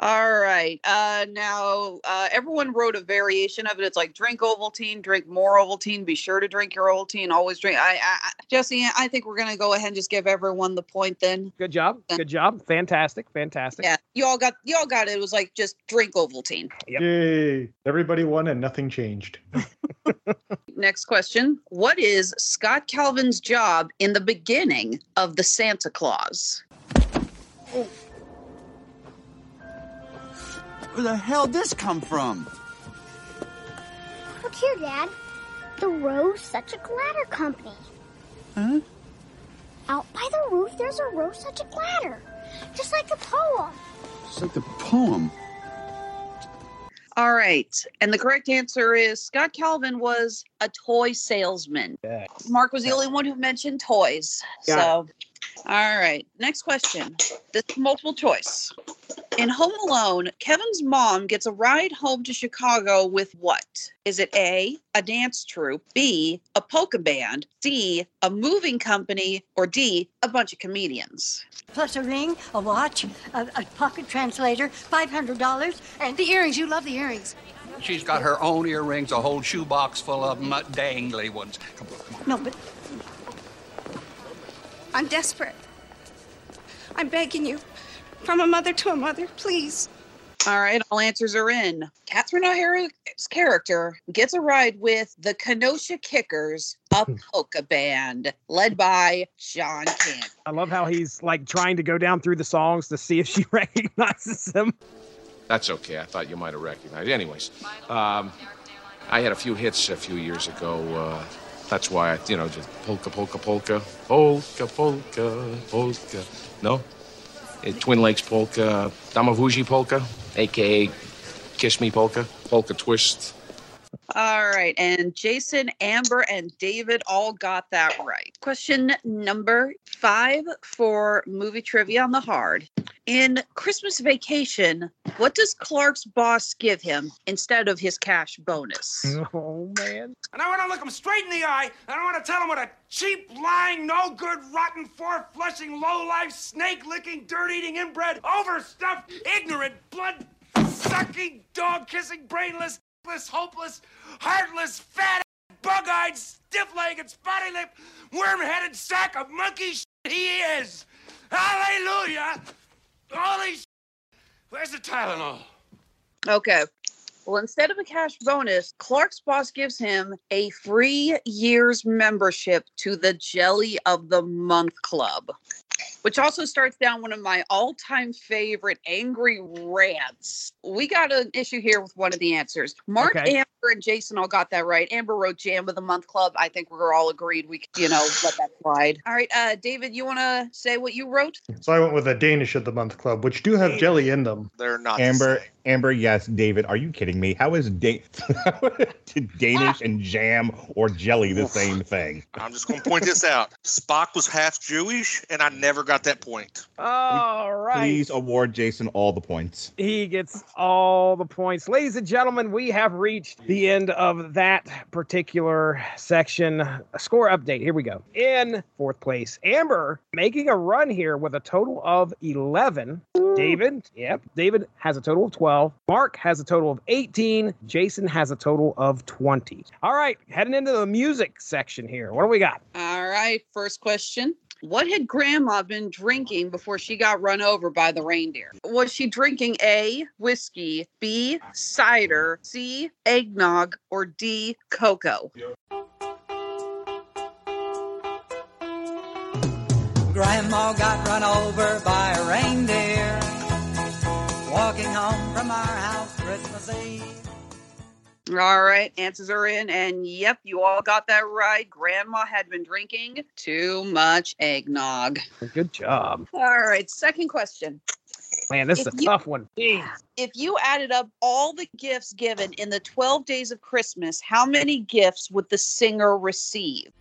All right. Uh, now, uh, everyone wrote a variation of it. It's like drink Ovaltine, drink more Ovaltine, be sure to drink your Ovaltine, always drink. I, I, I Jesse, I think we're going to go ahead and just give everyone the point then. Good job. Good job. Fantastic. Fantastic. Yeah. You all got, you all got it. It was like just drink Ovaltine. Yay! Everybody won and nothing changed. Next question. What is Scott Calvin's job in the beginning of the Santa Claus? Where the hell this come from? Look here, Dad. The Rose Such a Glatter Company. Huh? Out by the roof, there's a Rose Such a Glatter. Just like the poem. It's like the poem. All right. And the correct answer is Scott Calvin was a toy salesman. Mark was the only one who mentioned toys. Got it. so, all right. Next question. This is multiple choice. In Home Alone, Kevin's mom gets a ride home to Chicago with what? Is it A, a dance troupe, B, a polka band, C, a moving company, or D, a bunch of comedians? Plus a ring, a watch, a, a pocket translator, $500, and the earrings. You love the earrings. She's got her own earrings, a whole shoebox full of them, uh, dangly ones. No, but I'm desperate. I'm begging you. From a mother to a mother, please. All right, all answers are in. Catherine O'Hara's character gets a ride with the Kenosha Kickers, a Hmm. polka band led by John Candy. I love how he's like trying to go down through the songs to see if she recognizes him. That's okay. I thought you might have recognized. Anyways, um, I had a few hits a few years ago. Uh, that's why I, you know, just polka, polka, polka, polka, polka, polka. No, Eh, Twin Lakes polka, Damavouji polka, aka Kiss Me polka, polka twist. All right, and Jason, Amber, and David all got that right. Question number five for movie trivia on the hard. In Christmas Vacation, what does Clark's boss give him instead of his cash bonus? Oh, man. And I want to look him straight in the eye, and I want to tell him what a cheap, lying, no good, rotten, four flushing, low life, snake licking, dirt eating, inbred, overstuffed, ignorant, blood sucking, dog kissing, brainless, hopeless, hopeless, heartless, fat, bug eyed, stiff legged, spotty lipped, worm headed sack of monkey shit he is. Hallelujah! Holy shit! Where's the Tylenol? Okay. Well, instead of a cash bonus, Clark's boss gives him a free year's membership to the Jelly of the Month Club, which also starts down one of my all time favorite angry rants. We got an issue here with one of the answers. Mark, Okay. Amber, and Jason all got that right. Amber wrote Jam of the Month Club. I think we're all agreed we, could, you know, let that slide. All right. Uh, David, you want to say what you wrote? So I went with a Danish of the month club, which do have jelly in them. They're not Amber, Amber, yes, David, are you kidding me? How is da- did Danish Ah. and jam or jelly the same thing? I'm just going to point this out. Spock was half Jewish, and I never got that point. All right. Please award Jason all the points. He gets all the points. Ladies and gentlemen, we have reached the end of that particular section. A score update. Here we go. In fourth place, Amber making a run here with a total of 11. David, yep. David has a total of 12. Mark has a total of 18. Jason has a total of 20. All right. Heading into the music section here. What do we got? All right, first question. What had grandma been drinking before she got run over by the reindeer? Was she drinking A, whiskey, B, cider, C, eggnog, or D, cocoa? all got run over by a reindeer. Walking home from our house Christmas Eve. All right, answers are in, and yep, you all got that right. Grandma had been drinking too much eggnog. Good job. All right, second question. Man, this If is a you- tough one. Jeez. If you added up all the gifts given in the 12 days of Christmas, how many gifts would the singer receive?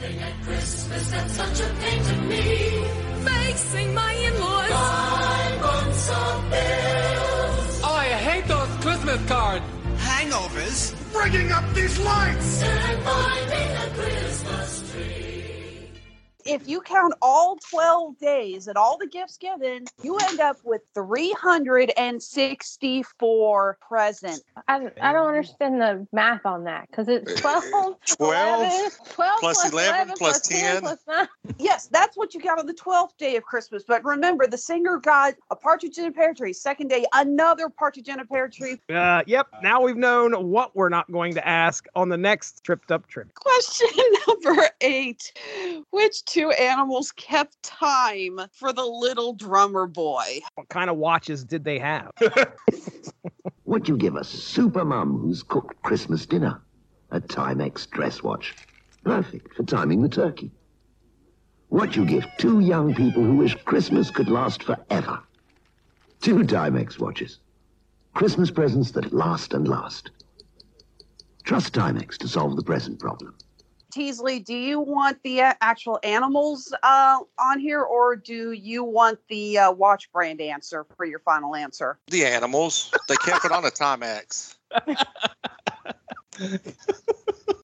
thing at Christmas that's such a pain to me. Facing my in-laws. Five months of bills. Oh, I hate those Christmas cards. Hangovers. Bringing up these lights. And finding the Christmas tree. If you count all 12 days and all the gifts given, you end up with 364 presents. I, I don't understand the math on that because it's 12, 12, 11, 12 plus 11, plus 10. plus 9. Yes, that's what you got on the 12th day of Christmas. But remember, the singer got a partridge in a pear tree. Second day, another partridge in a pear tree. Uh, yep. Now we've known what we're not going to ask on the next tripped up trip. Question number eight Which two animals kept time for the little drummer boy? What kind of watches did they have? Oh, Would you give a super mum who's cooked Christmas dinner a Timex dress watch? Perfect for timing the turkey. What you give two young people who wish Christmas could last forever? Two Timex watches. Christmas presents that last and last. Trust Timex to solve the present problem. Teasley, do you want the uh, actual animals uh, on here or do you want the uh, watch brand answer for your final answer? The animals. They kept it on a Timex.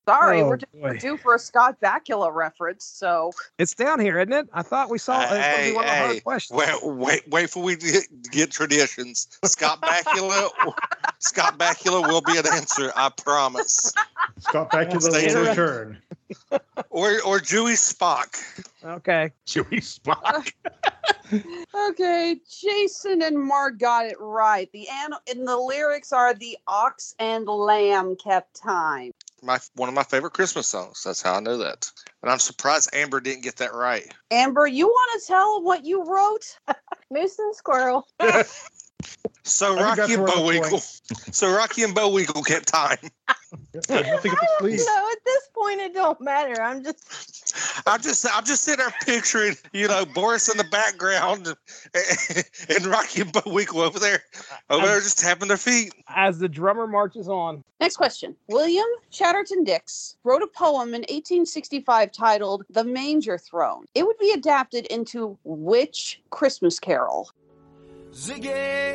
Sorry, Oh, we're, d- we're boy. due for a Scott Bakula reference. So, It's down here, isn't it? I thought we saw it. It's gonna be Hey, one of the hard hey, questions. wait, wait, wait for we get, get traditions. Scott Bakula, Scott Bakula will be an answer, I promise. Scott Bakula Stay will tuned. return. Or or Jewish Spock. Okay. Jewish Spock. okay, Jason and Mark got it right. The an- and the lyrics are the ox and lamb kept time. My one of my favorite Christmas songs. That's how I know that. And I'm surprised Amber didn't get that right. Amber, you want to tell 'em what you wrote? Moose and squirrel. So think Rocky that's and worth a Bo Weagle. So Rocky and Bo Weagle kept time. Nothing but You please. know, at this point, it don't matter. I'm just I'm just I'm just sitting there picturing, you know, Boris in the background and, and Rocky and Bo Weagle over there. Over there just tapping their feet. As the drummer marches on. Next question. William Chatterton Dix wrote a poem in 1865 titled The Manger Throne. It would be adapted into which Christmas carol? Ziggy,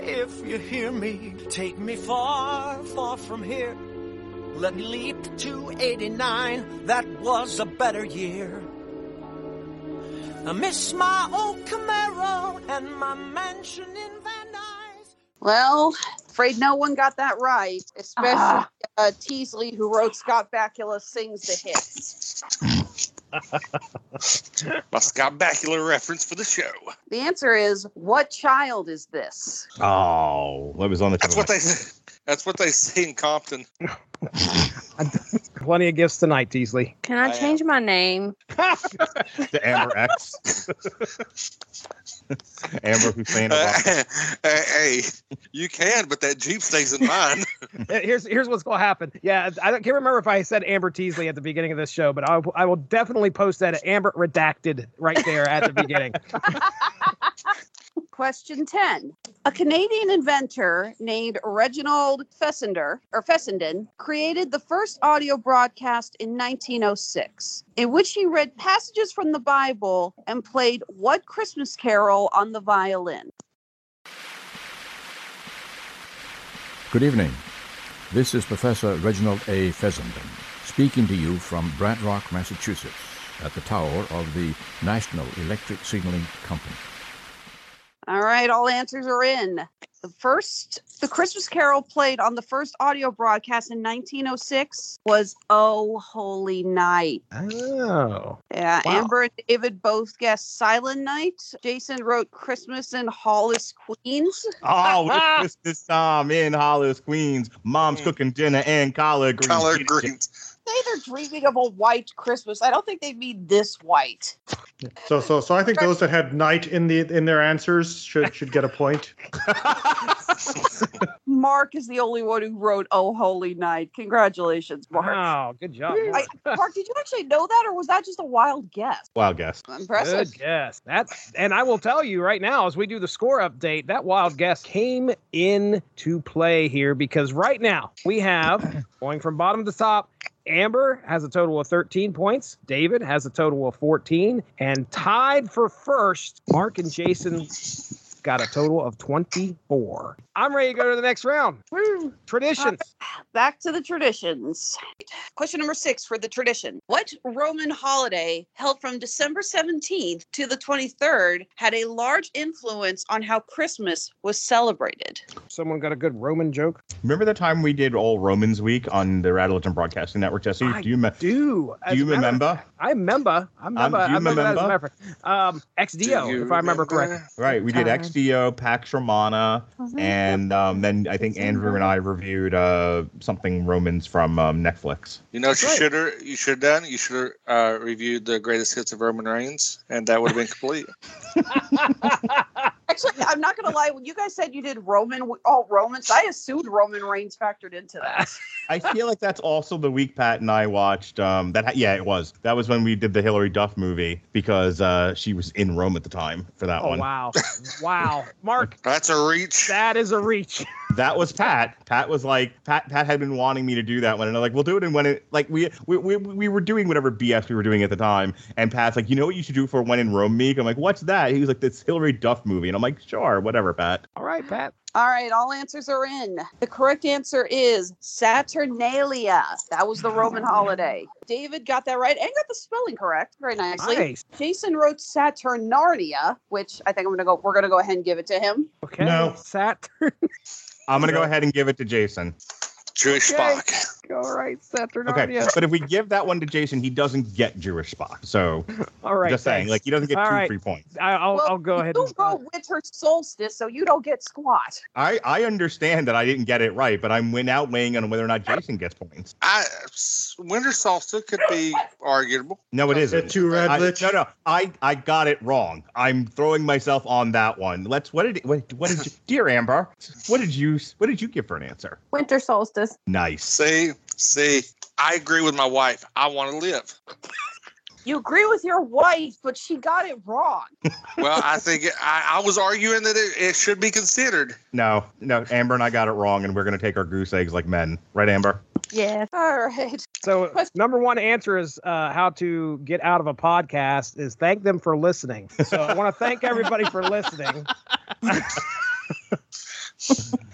if you hear me, take me far, far from here. Let me leap to 89, that was a better year. I miss my old Camaro and my mansion in Van Nuys. Well, afraid no one got that right, especially Ah. uh, Teasley, who wrote Scott Bakula Sings the Hits. My Scott Bakula reference for the show. The answer is What Child Is This? Oh, that was on the. That's what they that's what they say in Compton. Plenty of gifts tonight, Teasley. Can I I am. change my name? The Amber X. Amber Hussein. Obama. Uh, hey, hey, you can, but that Jeep stays in mine. Uh, Here's here's what's gonna happen. Yeah, I don't- can't remember if I said Amber Teasley at the beginning of this show, but I, I will definitely post that at Amber redacted right there at the beginning. Question 10. A Canadian inventor named Reginald Fessenden or Fessenden created the first audio broadcast in 1906 in which he read passages from the Bible and played what Christmas carol on the violin? Good evening. This is Professor Reginald A. Fessenden speaking to you from Brant-Rock, Massachusetts, at the tower of the National Electric Signaling Company. All right, all answers are in. The first, the Christmas carol played on the first audio broadcast in 1906 was Oh Holy Night. Oh. Yeah, Wow. Amber and David both guessed Silent Night. Jason wrote Christmas in Hall is Queens. Oh, it's Christmas time in Hollis, Queens. Mom's cooking dinner and collard greens. Collard Get it, greens. say they're dreaming of a white Christmas, I don't think they mean this white. So so so I think those that had night in the in their answers should should get a point. Mark is the only one who wrote "Oh Holy Night." Congratulations, Mark. Wow, Oh, good job. I, Mark, did you actually know that, or was that just a wild guess? Wild guess. Impressive. Good guess. That's and I will tell you right now as we do the score update, that wild guess came in to play here because right now we have going from bottom to top. Amber has a total of 13 points. David has a total of 14. And tied for first, Mark and Jason got a total of 24. I'm ready to go to the next round. Woo. Traditions. Back to the traditions. Question number six for the tradition. What Roman holiday held from December 17th to the 23rd had a large influence on how Christmas was celebrated? Someone got a good Roman joke. Remember the time we did all Romans week on the Rattleton Broadcasting Network, Jesse? I do you me- do? Do As you a matter of remember? I remember. I remember. Um, do you I remember, that as a remember? matter of fact. Um, XDO, if you I remember remember? correctly. Right, we did Time. XDO, Pax Romana, and um, then I think Andrew and I reviewed uh, something Romans from um, Netflix. You know what you Right. should have you should have done? You should have uh, reviewed the greatest hits of Roman Reigns, and that would have been complete. Actually, I'm not going to lie. When you guys said you did Roman, all Romans, I assumed Roman Reigns factored into that. I feel like that's also the week Pat and I watched. Um, that yeah, it was. That was when we did the Hillary Duff movie because uh, she was in Rome at the time for that Oh one. wow, wow, Mark, That's a reach. that is a reach. That was Pat. Pat was like Pat. Pat had been wanting me to do that one, and I'm like, we'll do it. And when it like we we, we we were doing whatever BS we were doing at the time, and Pat's like, you know what you should do for when in Rome meek? I'm like, what's that? He was like, this Hillary Duff movie, and I'm like, sure, whatever, Pat. All right, Pat. All right, all answers are in. The correct answer is Saturnalia. That was the Roman holiday. David got that right and got the spelling correct very nicely. Nice. Jason wrote Saturnalia, which I think I'm gonna go. We're gonna go ahead and give it to him. Okay. No. Sat. I'm gonna go ahead and give it to Jason. Jewish Okay. Spock. All right, Saturnalia. Okay, but if we give that one to Jason, he doesn't get Jewish spot. So All right. just saying, thanks. like he doesn't get All two right. free points. I, I'll, Well, I'll go ahead. You and- uh, wrote winter solstice, so you don't get squat. I I understand that I didn't get it right, but I'm win out weighing on whether or not Jason gets points. I winter solstice could be arguable. No, it Get isn't. two red I, lich. no, no, I, I got it wrong. I'm throwing myself on that one. Let's. What did what, what did you, dear Amber? What did you what did you give for an answer? Winter solstice. Nice. See, see, I agree with my wife. I want to live. You agree with your wife, but she got it wrong. Well, I think it, I, I was arguing that it, it should be considered. No, no, Amber and I got it wrong, and we're gonna take our goose eggs like men, right, Amber? Yes. All right. So number one answer is uh, how to get out of a podcast is thank them for listening. So I want to thank everybody for listening.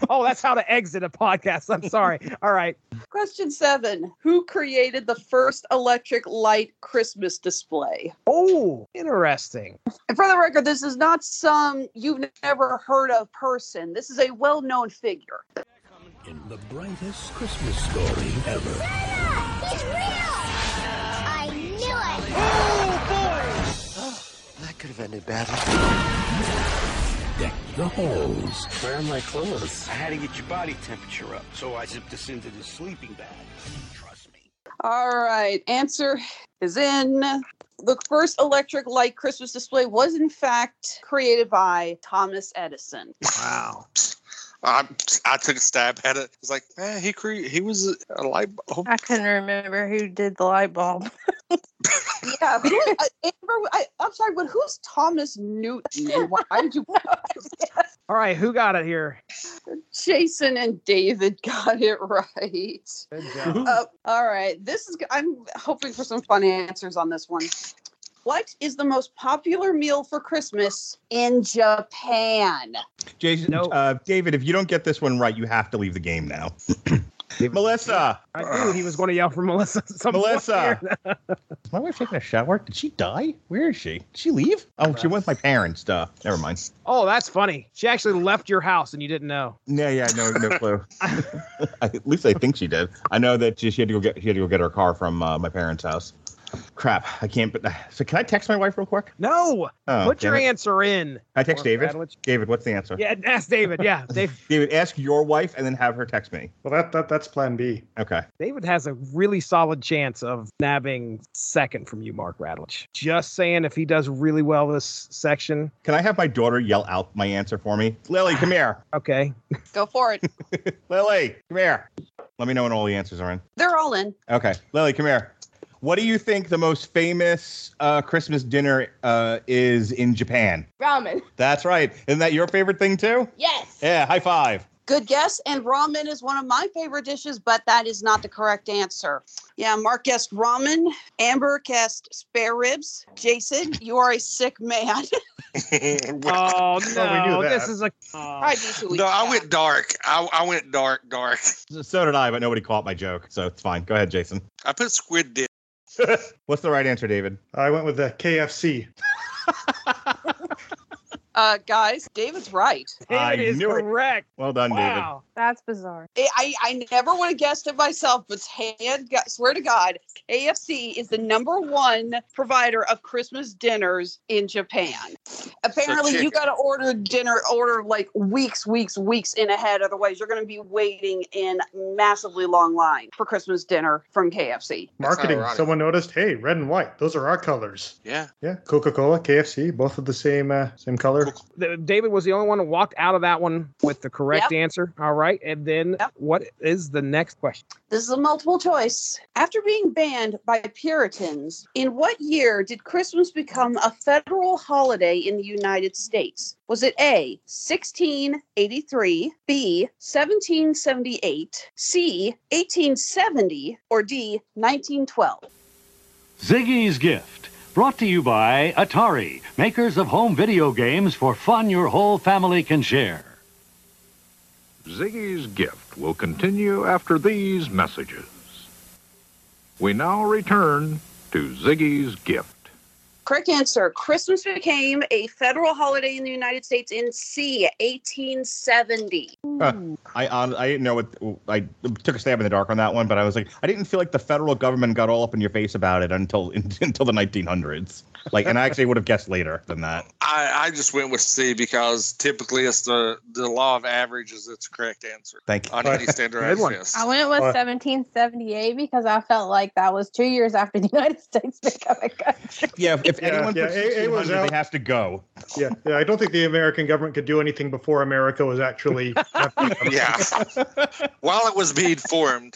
oh, that's how to exit a podcast. I'm sorry. All right. Question seven: Who created the first electric light Christmas display? Oh, interesting. And for the record, this is not some you've never heard of person. This is a well known figure. In the brightest Christmas story ever. He's real! I knew it! That could have ended badly. Deck the halls. Where are my clothes? I had to get your body temperature up, so I zipped this into the sleeping bag. Trust me. All right, answer is in. The first electric light Christmas display was, in fact, created by Thomas Edison. Wow. I, I took a stab at it. It's like, man, he cre- he was a light bulb. I couldn't remember who did the light bulb. Yeah, who- uh, Amber, I, I'm sorry, but who's Thomas Newton? And Why did you? All right. Who got it here? Jason and David got it right. Good job. Uh, all right. This is. I'm hoping for some funny answers on this one. What is the most popular meal for Christmas in Japan? Jason, No. uh, David, if you don't get this one right, you have to leave the game now. Melissa, I knew he was going to yell for Melissa. at some point Melissa. here. is my wife taking a shower? Did she die? Where is she? Did she leave? Oh, she went with my parents. Duh. Never mind. Oh, that's funny. She actually left your house and you didn't know. Yeah, yeah, no, no clue. At least I think she did. I know that she, she had to go get she had to go get her car from uh, my parents' house. Crap, I can't. But uh, so, can I text my wife real quick? No. Oh, Put damn your it. answer in. I text Or David. Brad, let's- David, what's the answer? Yeah, ask David. Yeah, David. David, ask your wife and then have her text me. Well, that, that that's Plan B. Okay. David has a really solid chance of nabbing second from you, Mark Radlich. Just saying, if he does really well this section. Can I have my daughter yell out my answer for me? Lily, come here. Okay. Go for it. Lily, come here. Let me know when all the answers are in. They're all in. Okay, Lily, come here. What do you think the most famous uh, Christmas dinner uh, is in Japan? Ramen. That's right. Isn't that your favorite thing too? Yes. Yeah. High five. Good guess. And ramen is one of my favorite dishes, but that is not the correct answer. Yeah, Mark guessed ramen. Amber guessed spare ribs. Jason, you are a sick man. Oh no, no, this is a I need to No, I went dark. I, I went dark, dark. So did I, but nobody caught my joke, so it's fine. Go ahead, Jason. I put squid dip. What's the right answer, David? I went with the KFC. Uh, guys, David's right. I knew it. correct. Well done, Wow. That's bizarre. I, I I never would have guessed it myself, but hand, swear to God, AFC is the number one provider of Christmas dinners in Japan. Apparently, you chicken. got to order dinner, order like weeks, weeks, weeks in ahead. Otherwise, you're going to be waiting in massively long line for Christmas dinner from KFC. Marketing. ironic. Someone noticed. Hey, red and white. Those are our colors. Yeah. Yeah. Coca Cola, KFC, both of the same uh, same color. Th- David was the only one who walked out of that one with the correct Yep. answer. All right. And then what is the next question? This is a multiple choice. After being banned by Puritans, in what year did Christmas become a federal holiday in the United States? Was it A, 1683, B, 1778, C, 1870, or D, 1912? Ziggy's Gift, brought to you by Atari, makers of home video games for fun your whole family can share. Ziggy's gift will continue after these messages. We now return to Ziggy's gift. Correct answer. Christmas became a federal holiday in the United States in C, 1870. Uh, I hon- I didn't know what I took a stab in the dark on that one, but I was like, I didn't feel like the federal government got all up in your face about it until until the 1900s. Like, and I actually would have guessed later than that. I, I just went with C because typically it's the, the law of averages that's the correct answer. Thank you. On any standardized test. I went with 1778 because I felt like that was two years after the United States became a country. Yeah, if Yeah, anyone yeah, puts it- it was 1600, out. they have to go. Yeah. Yeah. I don't think the American government could do anything before America was actually. yeah. While it was being formed,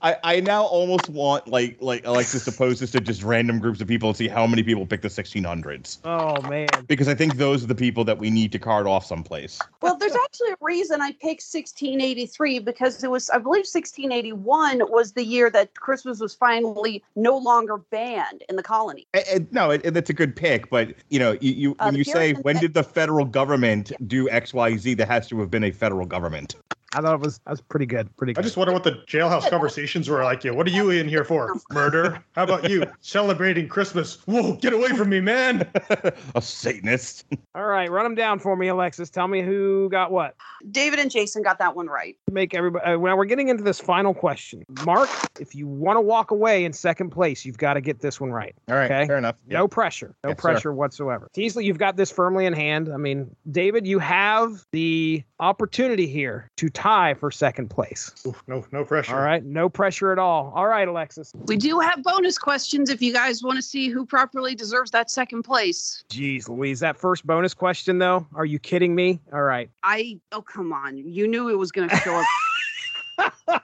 I, I now almost want like like Alexis to pose this to just random groups of people and see how many people pick the 1600s Oh man. because I think those are the people that we need to card off someplace. Well, there's actually a reason I picked 1683 because it was, I believe, 1681 was the year that Christmas was finally no longer banned in the colony. Eh, eh, no, it, it- that's a good pick, but you know, you, you Uh, when the you say Puritans- when did the federal government do X Y Z, that has to have been a federal government. I thought it was that was pretty good. Pretty I good. just wonder what the jailhouse conversations were like. Yeah, what are you in here for? Murder? How about you celebrating Christmas? Whoa, get away from me, man! a Satanist. All right, run them down for me, Alexis. Tell me who got what. David and Jason got that one right. Make everybody. Uh, now we're getting into this final question. Mark, if you want to walk away in second place, you've got to get this one right. All right, Okay. fair enough. No pressure. No Yes, sir. pressure whatsoever. Teasley, you've got this firmly in hand. I mean, David, you have the opportunity here to tie for second place. no, no pressure. All right, no pressure at all. All right, Alexis. We do have bonus questions if you guys want to see who properly deserves that second place. Jeez Louise, that first bonus question though. Are you kidding me? All right. I, oh, come on. You knew it was going to show up.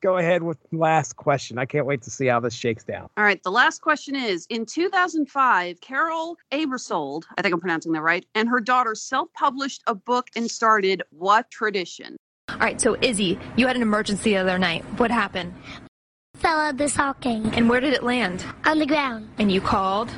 Go ahead with last question. I can't wait to see how this shakes down. All right. The last question is In 2005, Carol Abersold, I think I'm pronouncing that right, and her daughter self published a book and started what tradition? All right, so Izzy, you had an emergency the other night. What happened? Fell out this hurricane. And where did it land? On the ground. And you called?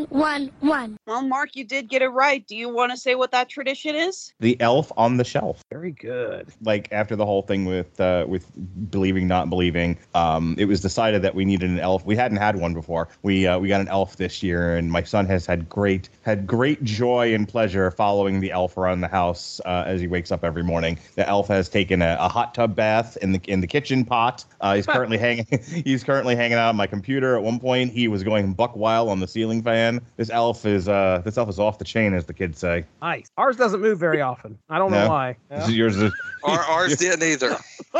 911. Well, Mark, you did get it right. Do you want to say what that tradition is? The elf on the shelf. Very good. Like after the whole thing with uh, with believing not believing, um, it was decided that we needed an elf. We hadn't had one before. We uh, we got an elf this year, and my son has had great had great joy and pleasure following the elf around the house uh, as he wakes up every morning. The elf has taken a, a hot tub bath in the in the kitchen pot. Uh, he's currently hang, He's currently hanging out on my computer. At one point, he was going buck wild on the ceiling fan. This elf is uh, this elf is off the chain, as the kids say. Nice. Ours doesn't move very often. I don't know No. why. This is Yours is Our, ours didn't either.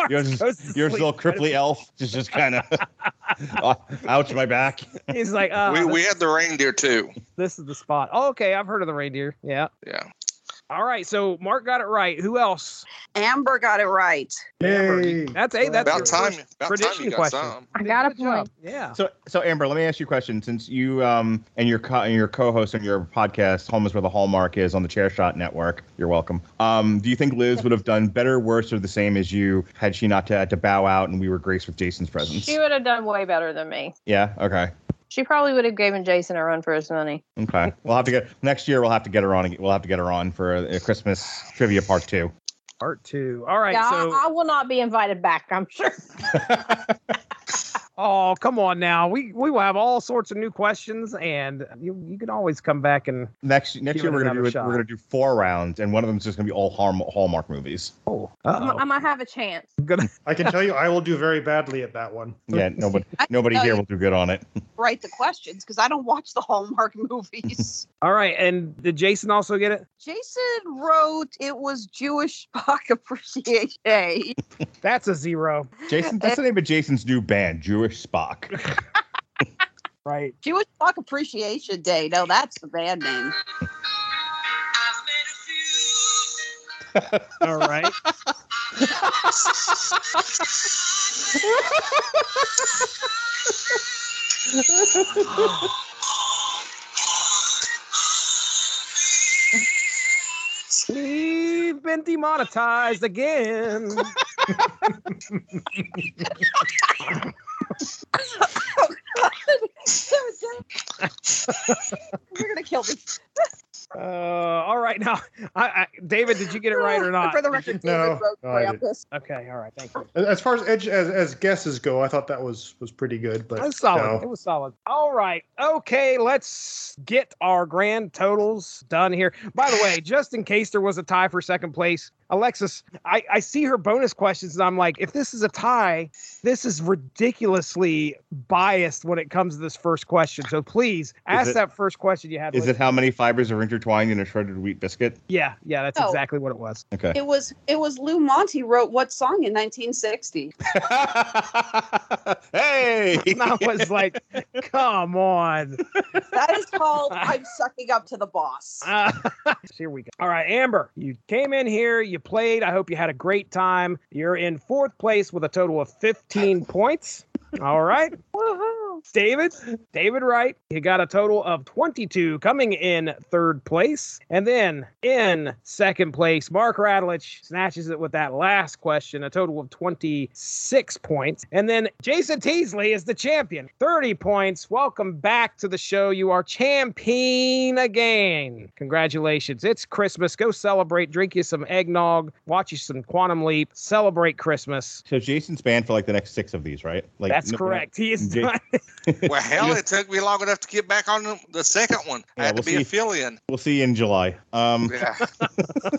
yours, is- yours is a little cripply elf, just just kind of ouch my back. He's like, uh, we, we this- had the reindeer too. This is the spot. Oh, okay, I've heard of the reindeer. Yeah. Yeah. All right, so Mark got it right. Who else? Amber got it right. Hey, That's hey, that's About your time- first about time prediction you got question. some. I got a Good job. point. Yeah. So, so Amber, let me ask you a question. Since you um and your co- and your co-host on your podcast, "Home is Where the Hallmark Is" on the Chair Shot Network, you're welcome. Um, do you think Liz would have done better, worse, or the same as you had she not had to bow out and we were graced with Jason's presence? She would have done way better than me. Yeah. Okay. She probably would have given Jason a run for his money. Okay. We'll have to get next year. We'll have to get her on. ag- We'll have to get her on for a, a Christmas trivia part two. Part two. All right. yeah, so I, I will not be invited back. I'm sure. oh, come on now. We we will have all sorts of new questions, and you you can always come back and Next next Give year it we're gonna do another we're shot. gonna do four rounds, and one of them is just gonna be all Hallm- Hallmark movies. oh I'm, uh-oh. I'm gonna have a chance. I can tell you, I will do very badly at that one. Yeah. Nobody I can nobody tell here you- will do good on it. Write the questions because I don't watch the Hallmark movies. all right. And did Jason also get it? Jason wrote it was Jewish Bach Appreciation Day. That's a zero. Jason, that's the name of Jason's new band, Jewish Spock. Right. Jewish Bach Appreciation Day. No, that's the band name. All right. We've been demonetized again. You're gonna kill me. Uh, all right, now, I, I, David, did you get it right or not? For the record, No, David wrote no, I Krampus. Okay, all right, thank you. As far as edge as, as guesses go, I thought that was was pretty good, but That was solid. no. It was solid. All right. Okay, let's get our grand totals done here. By the way, just in case there was a tie for second place, Alexis, I, I see her bonus questions and I'm like, if this is a tie, this is ridiculously biased when it comes to this first question. So please ask it- that first question you had. Is Liz. it how many fibers are intertwined in a shredded wheat biscuit? Yeah, yeah, that's No. exactly what it was. Okay. It was it was Lou Monte wrote what song in 1960? hey! And I was like, come on. That is called I'm sucking up to the boss. Uh, here we go. All right, Amber, you came in here, you played. I hope you had a great time. You're in fourth place with a total of 15 points. All right. David, David Wright, you got a total of 22 coming in third place. And then in second place, Mark Radlich snatches it with that last question, a total of 26 points. And then Jason Teasley is the champion, 30 points. Welcome back to the show. You are champion again. Congratulations. It's Christmas. Go celebrate, drink you some eggnog, watch you some Quantum Leap, celebrate Christmas. So Jason's banned for like the next six of these, right? Like That's no- correct. He is Jay- done. Well, hell, You know- it took me long enough to get back on the- the second one. I Yeah, had we'll to be see. a fill-in. We'll see you in July. Um, Yeah.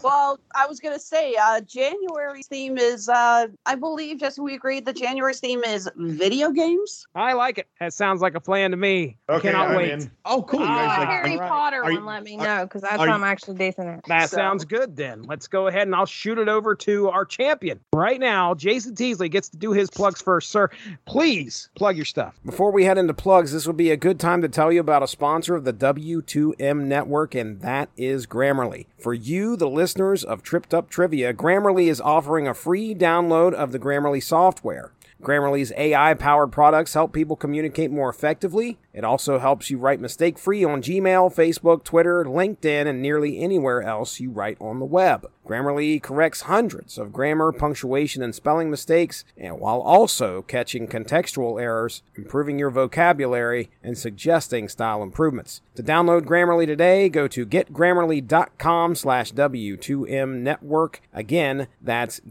well, I was gonna say uh, January's theme is uh, I believe just we agreed that January's theme is video games. I like it. That sounds like a plan to me. I cannot I'm wait. in. Oh, cool. You guys, Ah, like, Harry right. Potter Are you- one, let me are- know, because that's are what you- I'm actually decent at. That So- sounds good then. Let's go ahead and I'll shoot it over to our champion. Right now, Jason Teasley gets to do his plugs first. Sir, please plug your stuff. Before we head into plugs, this would be a good time to tell you about a sponsor of the W2M network, and that is Grammarly. For you, the listeners of Tripped Up Trivia, Grammarly is offering a free download of the Grammarly software. Grammarly's AI powered products help people communicate more effectively. It also helps you write mistake free on Gmail, Facebook, Twitter, LinkedIn, and nearly anywhere else you write on the web. Grammarly corrects hundreds of grammar, punctuation, and spelling mistakes, and while also catching contextual errors, improving your vocabulary, and suggesting style improvements. To download Grammarly today, go to getgrammarly.com slash W2M network. Again, that's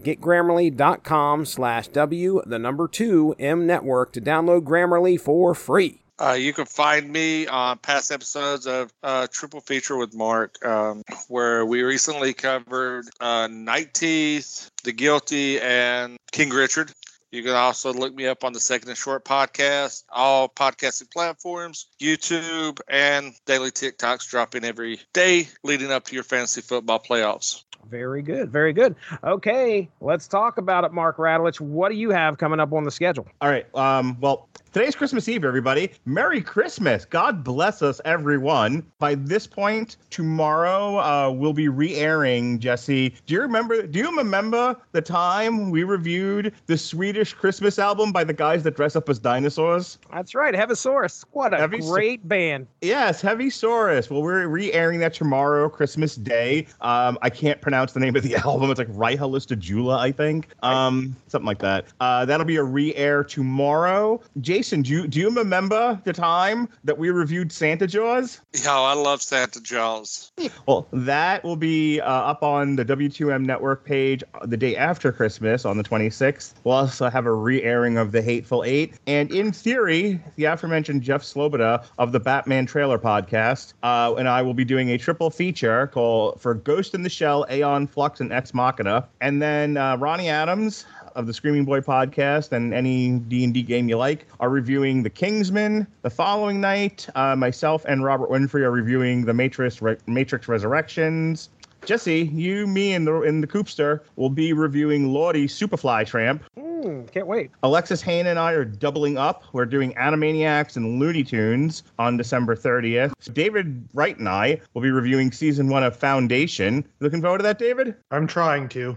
getgrammarly.com slash W, the number two M network to download Grammarly for free. Uh, you can find me on past episodes of uh, Triple Feature with Mark, um, where we recently covered uh, Night Teeth, The Guilty, and King Richard. You can also look me up on the Second and Short podcast, all podcasting platforms, YouTube, and daily TikToks dropping every day leading up to your fantasy football playoffs. Very good. Very good. Okay, let's talk about it, Mark Radlich. What do you have coming up on the schedule? All right. Um, well, today's Christmas Eve, everybody. Merry Christmas. God bless us, everyone. By this point, tomorrow uh, we'll be re airing, Jesse. Do you remember? Do you remember the time we reviewed the Swedish Christmas album by the guys that dress up as dinosaurs? That's right. Have a source. What a Heavy Sor- great band. Yes, Heavy Saurus. Well, we're re airing that tomorrow, Christmas Day. Um, I can't pronounce the name of the album. It's like Raiha Lista Jula, I think. Um, something like that. Uh, that'll be a re air tomorrow. Jason, do you, do you remember the time that we reviewed Santa Jaws? Yo, I love Santa Jaws. Well, that will be uh, up on the W2M network page uh, the day after Christmas on the 26th. We'll also have a re airing of The Hateful Eight. And in theory, the aforementioned Jeff Sloboda of the Batman Trailer Podcast uh, and I will be doing a triple feature called for Ghost in the Shell, Aeon Flux, and Ex Machina. And then uh, Ronnie Adams of the Screaming Boy podcast and any D&D game you like are reviewing The Kingsman. The following night, uh, myself and Robert Winfrey are reviewing The Matrix Re- Matrix Resurrections. Jesse, you, me, and the and the Coopster will be reviewing Lordy Superfly Tramp. Mm, can't wait. Alexis Hain and I are doubling up. We're doing Animaniacs and Looney Tunes on December 30th. David Wright and I will be reviewing season one of Foundation. Looking forward to that, David? I'm trying to.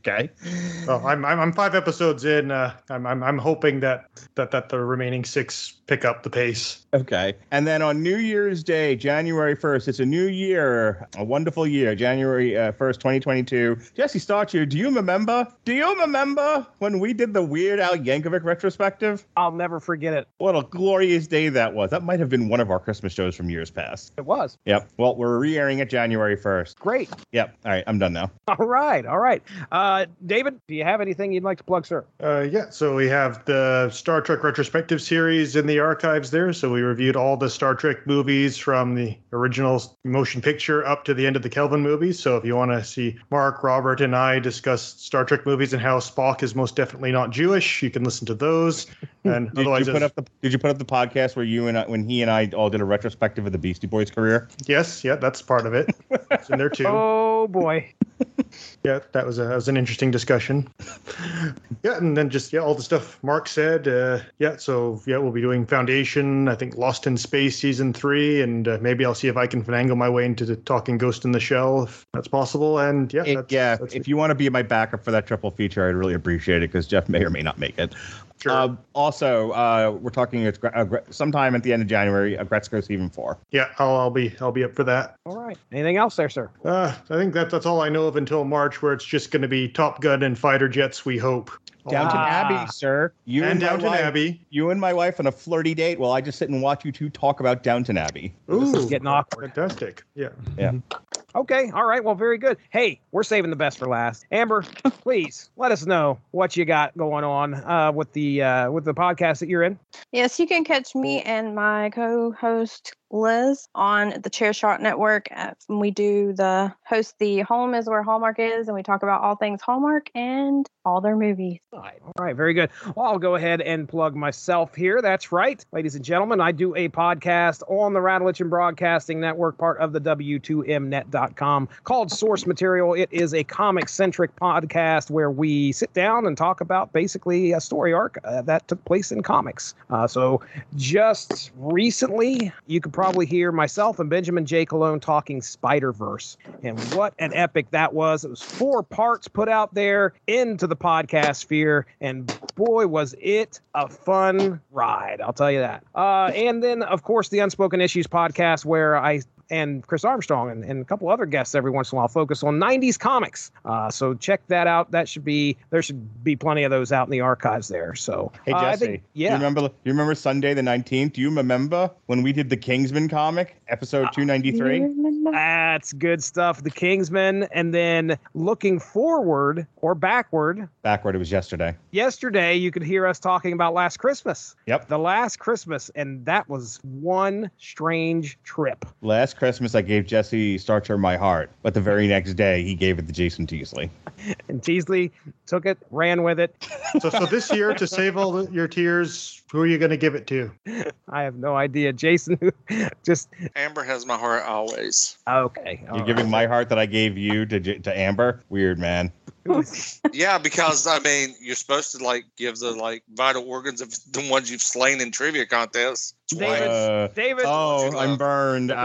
okay. Well, I'm, I'm I'm five episodes in. Uh, I'm, I'm I'm hoping that that that the remaining six pick up the pace. Okay. And then on New Year's Day, January 1st, it's a new year, a wonderful year, January uh, 1st, 2022. Jesse Starcher, do you remember? Do you remember when we did the Weird Al Yankovic retrospective? I'll never forget it. What a glorious day that was. That might have been one of our Christmas shows from years past. It was. Yep. Well, we're re airing it January 1st. Great. Yep. All right. I'm done now. All right. All right. Uh, David, do you have anything you'd like to plug, sir? Uh, yeah, so we have the Star Trek retrospective series in the archives there. So we reviewed all the Star Trek movies from the original motion picture up to the end of the Kelvin movies. So if you want to see Mark, Robert, and I discuss Star Trek movies and how Spock is most definitely not Jewish, you can listen to those. And Did otherwise, you put up the Did you put up the podcast where you and I, when he and I all did a retrospective of the Beastie Boys career? yes, yeah, that's part of it. It's in there too. Oh, boy. yeah, that was a, that was an interesting discussion. yeah, and then just yeah, all the stuff Mark said. Uh, yeah, so yeah, we'll be doing Foundation. I think Lost in Space season three, and uh, maybe I'll see if I can finagle my way into the talking Ghost in the Shell if that's possible. And yeah, It- that's, yeah, that's if you want to be my backup for that triple feature, I'd really appreciate it because Jeff may or may not make it. Sure. also, uh, we're talking it's, Gre- uh, Gre- sometime at the end of January, uh, Gretzko season four. yeah, I'll, I'll be I'll be up for that. All right. Anything else there, sir? Uh, I think that that's all I know of until March, where it's just going to be Top Gun and fighter jets. We hope. Downton Ah. Abbey, sir. You And my Downton wife- Abbey. You and my wife on a flirty date while I just sit and watch you two talk about Downton Abbey. This is Ooh, getting awkward. Fantastic. Yeah. Yeah. Okay. All right. Well, very good. Hey, we're saving the best for last. Amber, please let us know what you got going on uh, with the uh, with the podcast that you're in. Yes, you can catch me and my co-host Liz on the Chair Shot Network. Uh, We do the host the Home is where Hallmark is, and we talk about all things Hallmark and all their movies. All right, very good. Well, I'll go ahead and plug myself here. That's right, ladies and gentlemen. I do a podcast on the Rattlich and Broadcasting Network, part of the W2Mnet.com, called Source Material. It is a comic centric podcast where we sit down and talk about basically a story arc uh, that took place in comics. Uh, so just recently, you could probably hear myself and Benjamin J. Cologne talking Spider Verse. And what an epic that was. It was four parts put out there into the podcast sphere. And boy, was it a fun ride. I'll tell you that. Uh, and then, of course, the Unspoken Issues podcast, where I and Chris Armstrong and, and a couple other guests every once in a while focus on 90s comics. Uh, so check that out. That should be, there should be plenty of those out in the archives there. So, Hey uh, Jesse, I think, you yeah. remember? You remember Sunday the nineteenth? Do you remember when we did the Kingsman comic Uh, episode two ninety three? That's good stuff. The Kingsmen. And then looking forward or backward, Backward, it was yesterday. yesterday you could hear us talking about last christmas Yep. the last christmas and that was one strange trip Last Christmas, I gave Jesse Starcher my heart, but the very next day, he gave it to Jason Teasley. And Teasley took it, ran with it. So, so this year, to save all the, your tears, who are you going to give it to? I have no idea. Jason, who just Amber has my heart always. okay. all You're Oh, right. giving my heart that I gave you to J- to Amber. Weird man. yeah, because I mean, you're supposed to like give the like vital organs of the ones you've slain in trivia contests. David, Uh, David, oh, I'm burned. This is,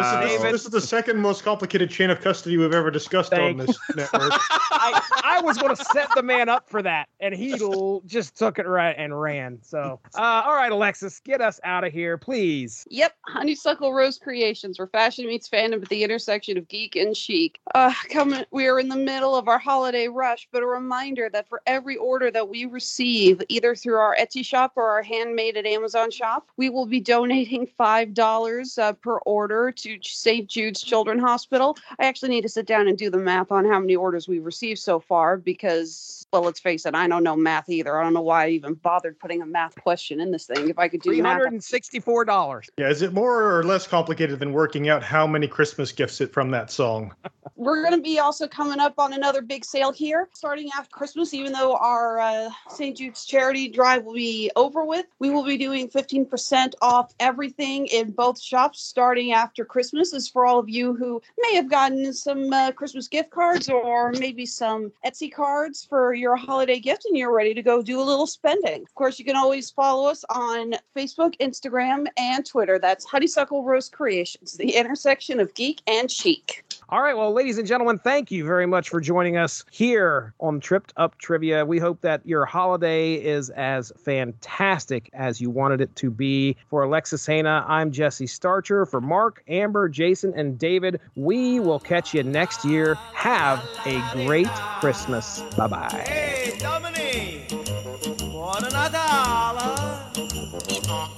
Ow. this is the second most complicated chain of custody we've ever discussed Thank- on this network. I, I was going to set the man up for that, and he l- just took it right and ran. So, uh, all right, Alexis, get us out of here, please. Yep, Honeysuckle Rose Creations, where fashion meets fandom at the intersection of geek and chic. Uh, coming, we are in the middle of our holiday rush, but a reminder that for every order that we receive, either through our Etsy shop or our handmade at Amazon shop, we will be donating five dollars uh, per order to St. Jude's Children's Hospital. I actually need to sit down and do the math on how many orders we've received so far because, well, let's face it, I don't know math either. I don't know why I even bothered putting a math question in this thing. If I could do Three math, hundred and sixty-four dollars. Yeah, is it more or less complicated than working out how many Christmas gifts it from that song? we're going to be also coming up on another big sale here starting after christmas even though our uh, st jude's charity drive will be over with we will be doing 15% off everything in both shops starting after christmas this is for all of you who may have gotten some uh, christmas gift cards or maybe some etsy cards for your holiday gift and you're ready to go do a little spending of course you can always follow us on facebook instagram and twitter that's honeysuckle rose creations the intersection of geek and chic All right. Well, ladies and gentlemen, thank you very much for joining us here on Tripped Up Trivia. We hope that your holiday is as fantastic as you wanted it to be. For Alexis Hana, I'm Jesse Starcher. For Mark, Amber, Jason, and David, we will catch you next year. Have a great Christmas. Bye bye. Hey, Domini! Buona Natale!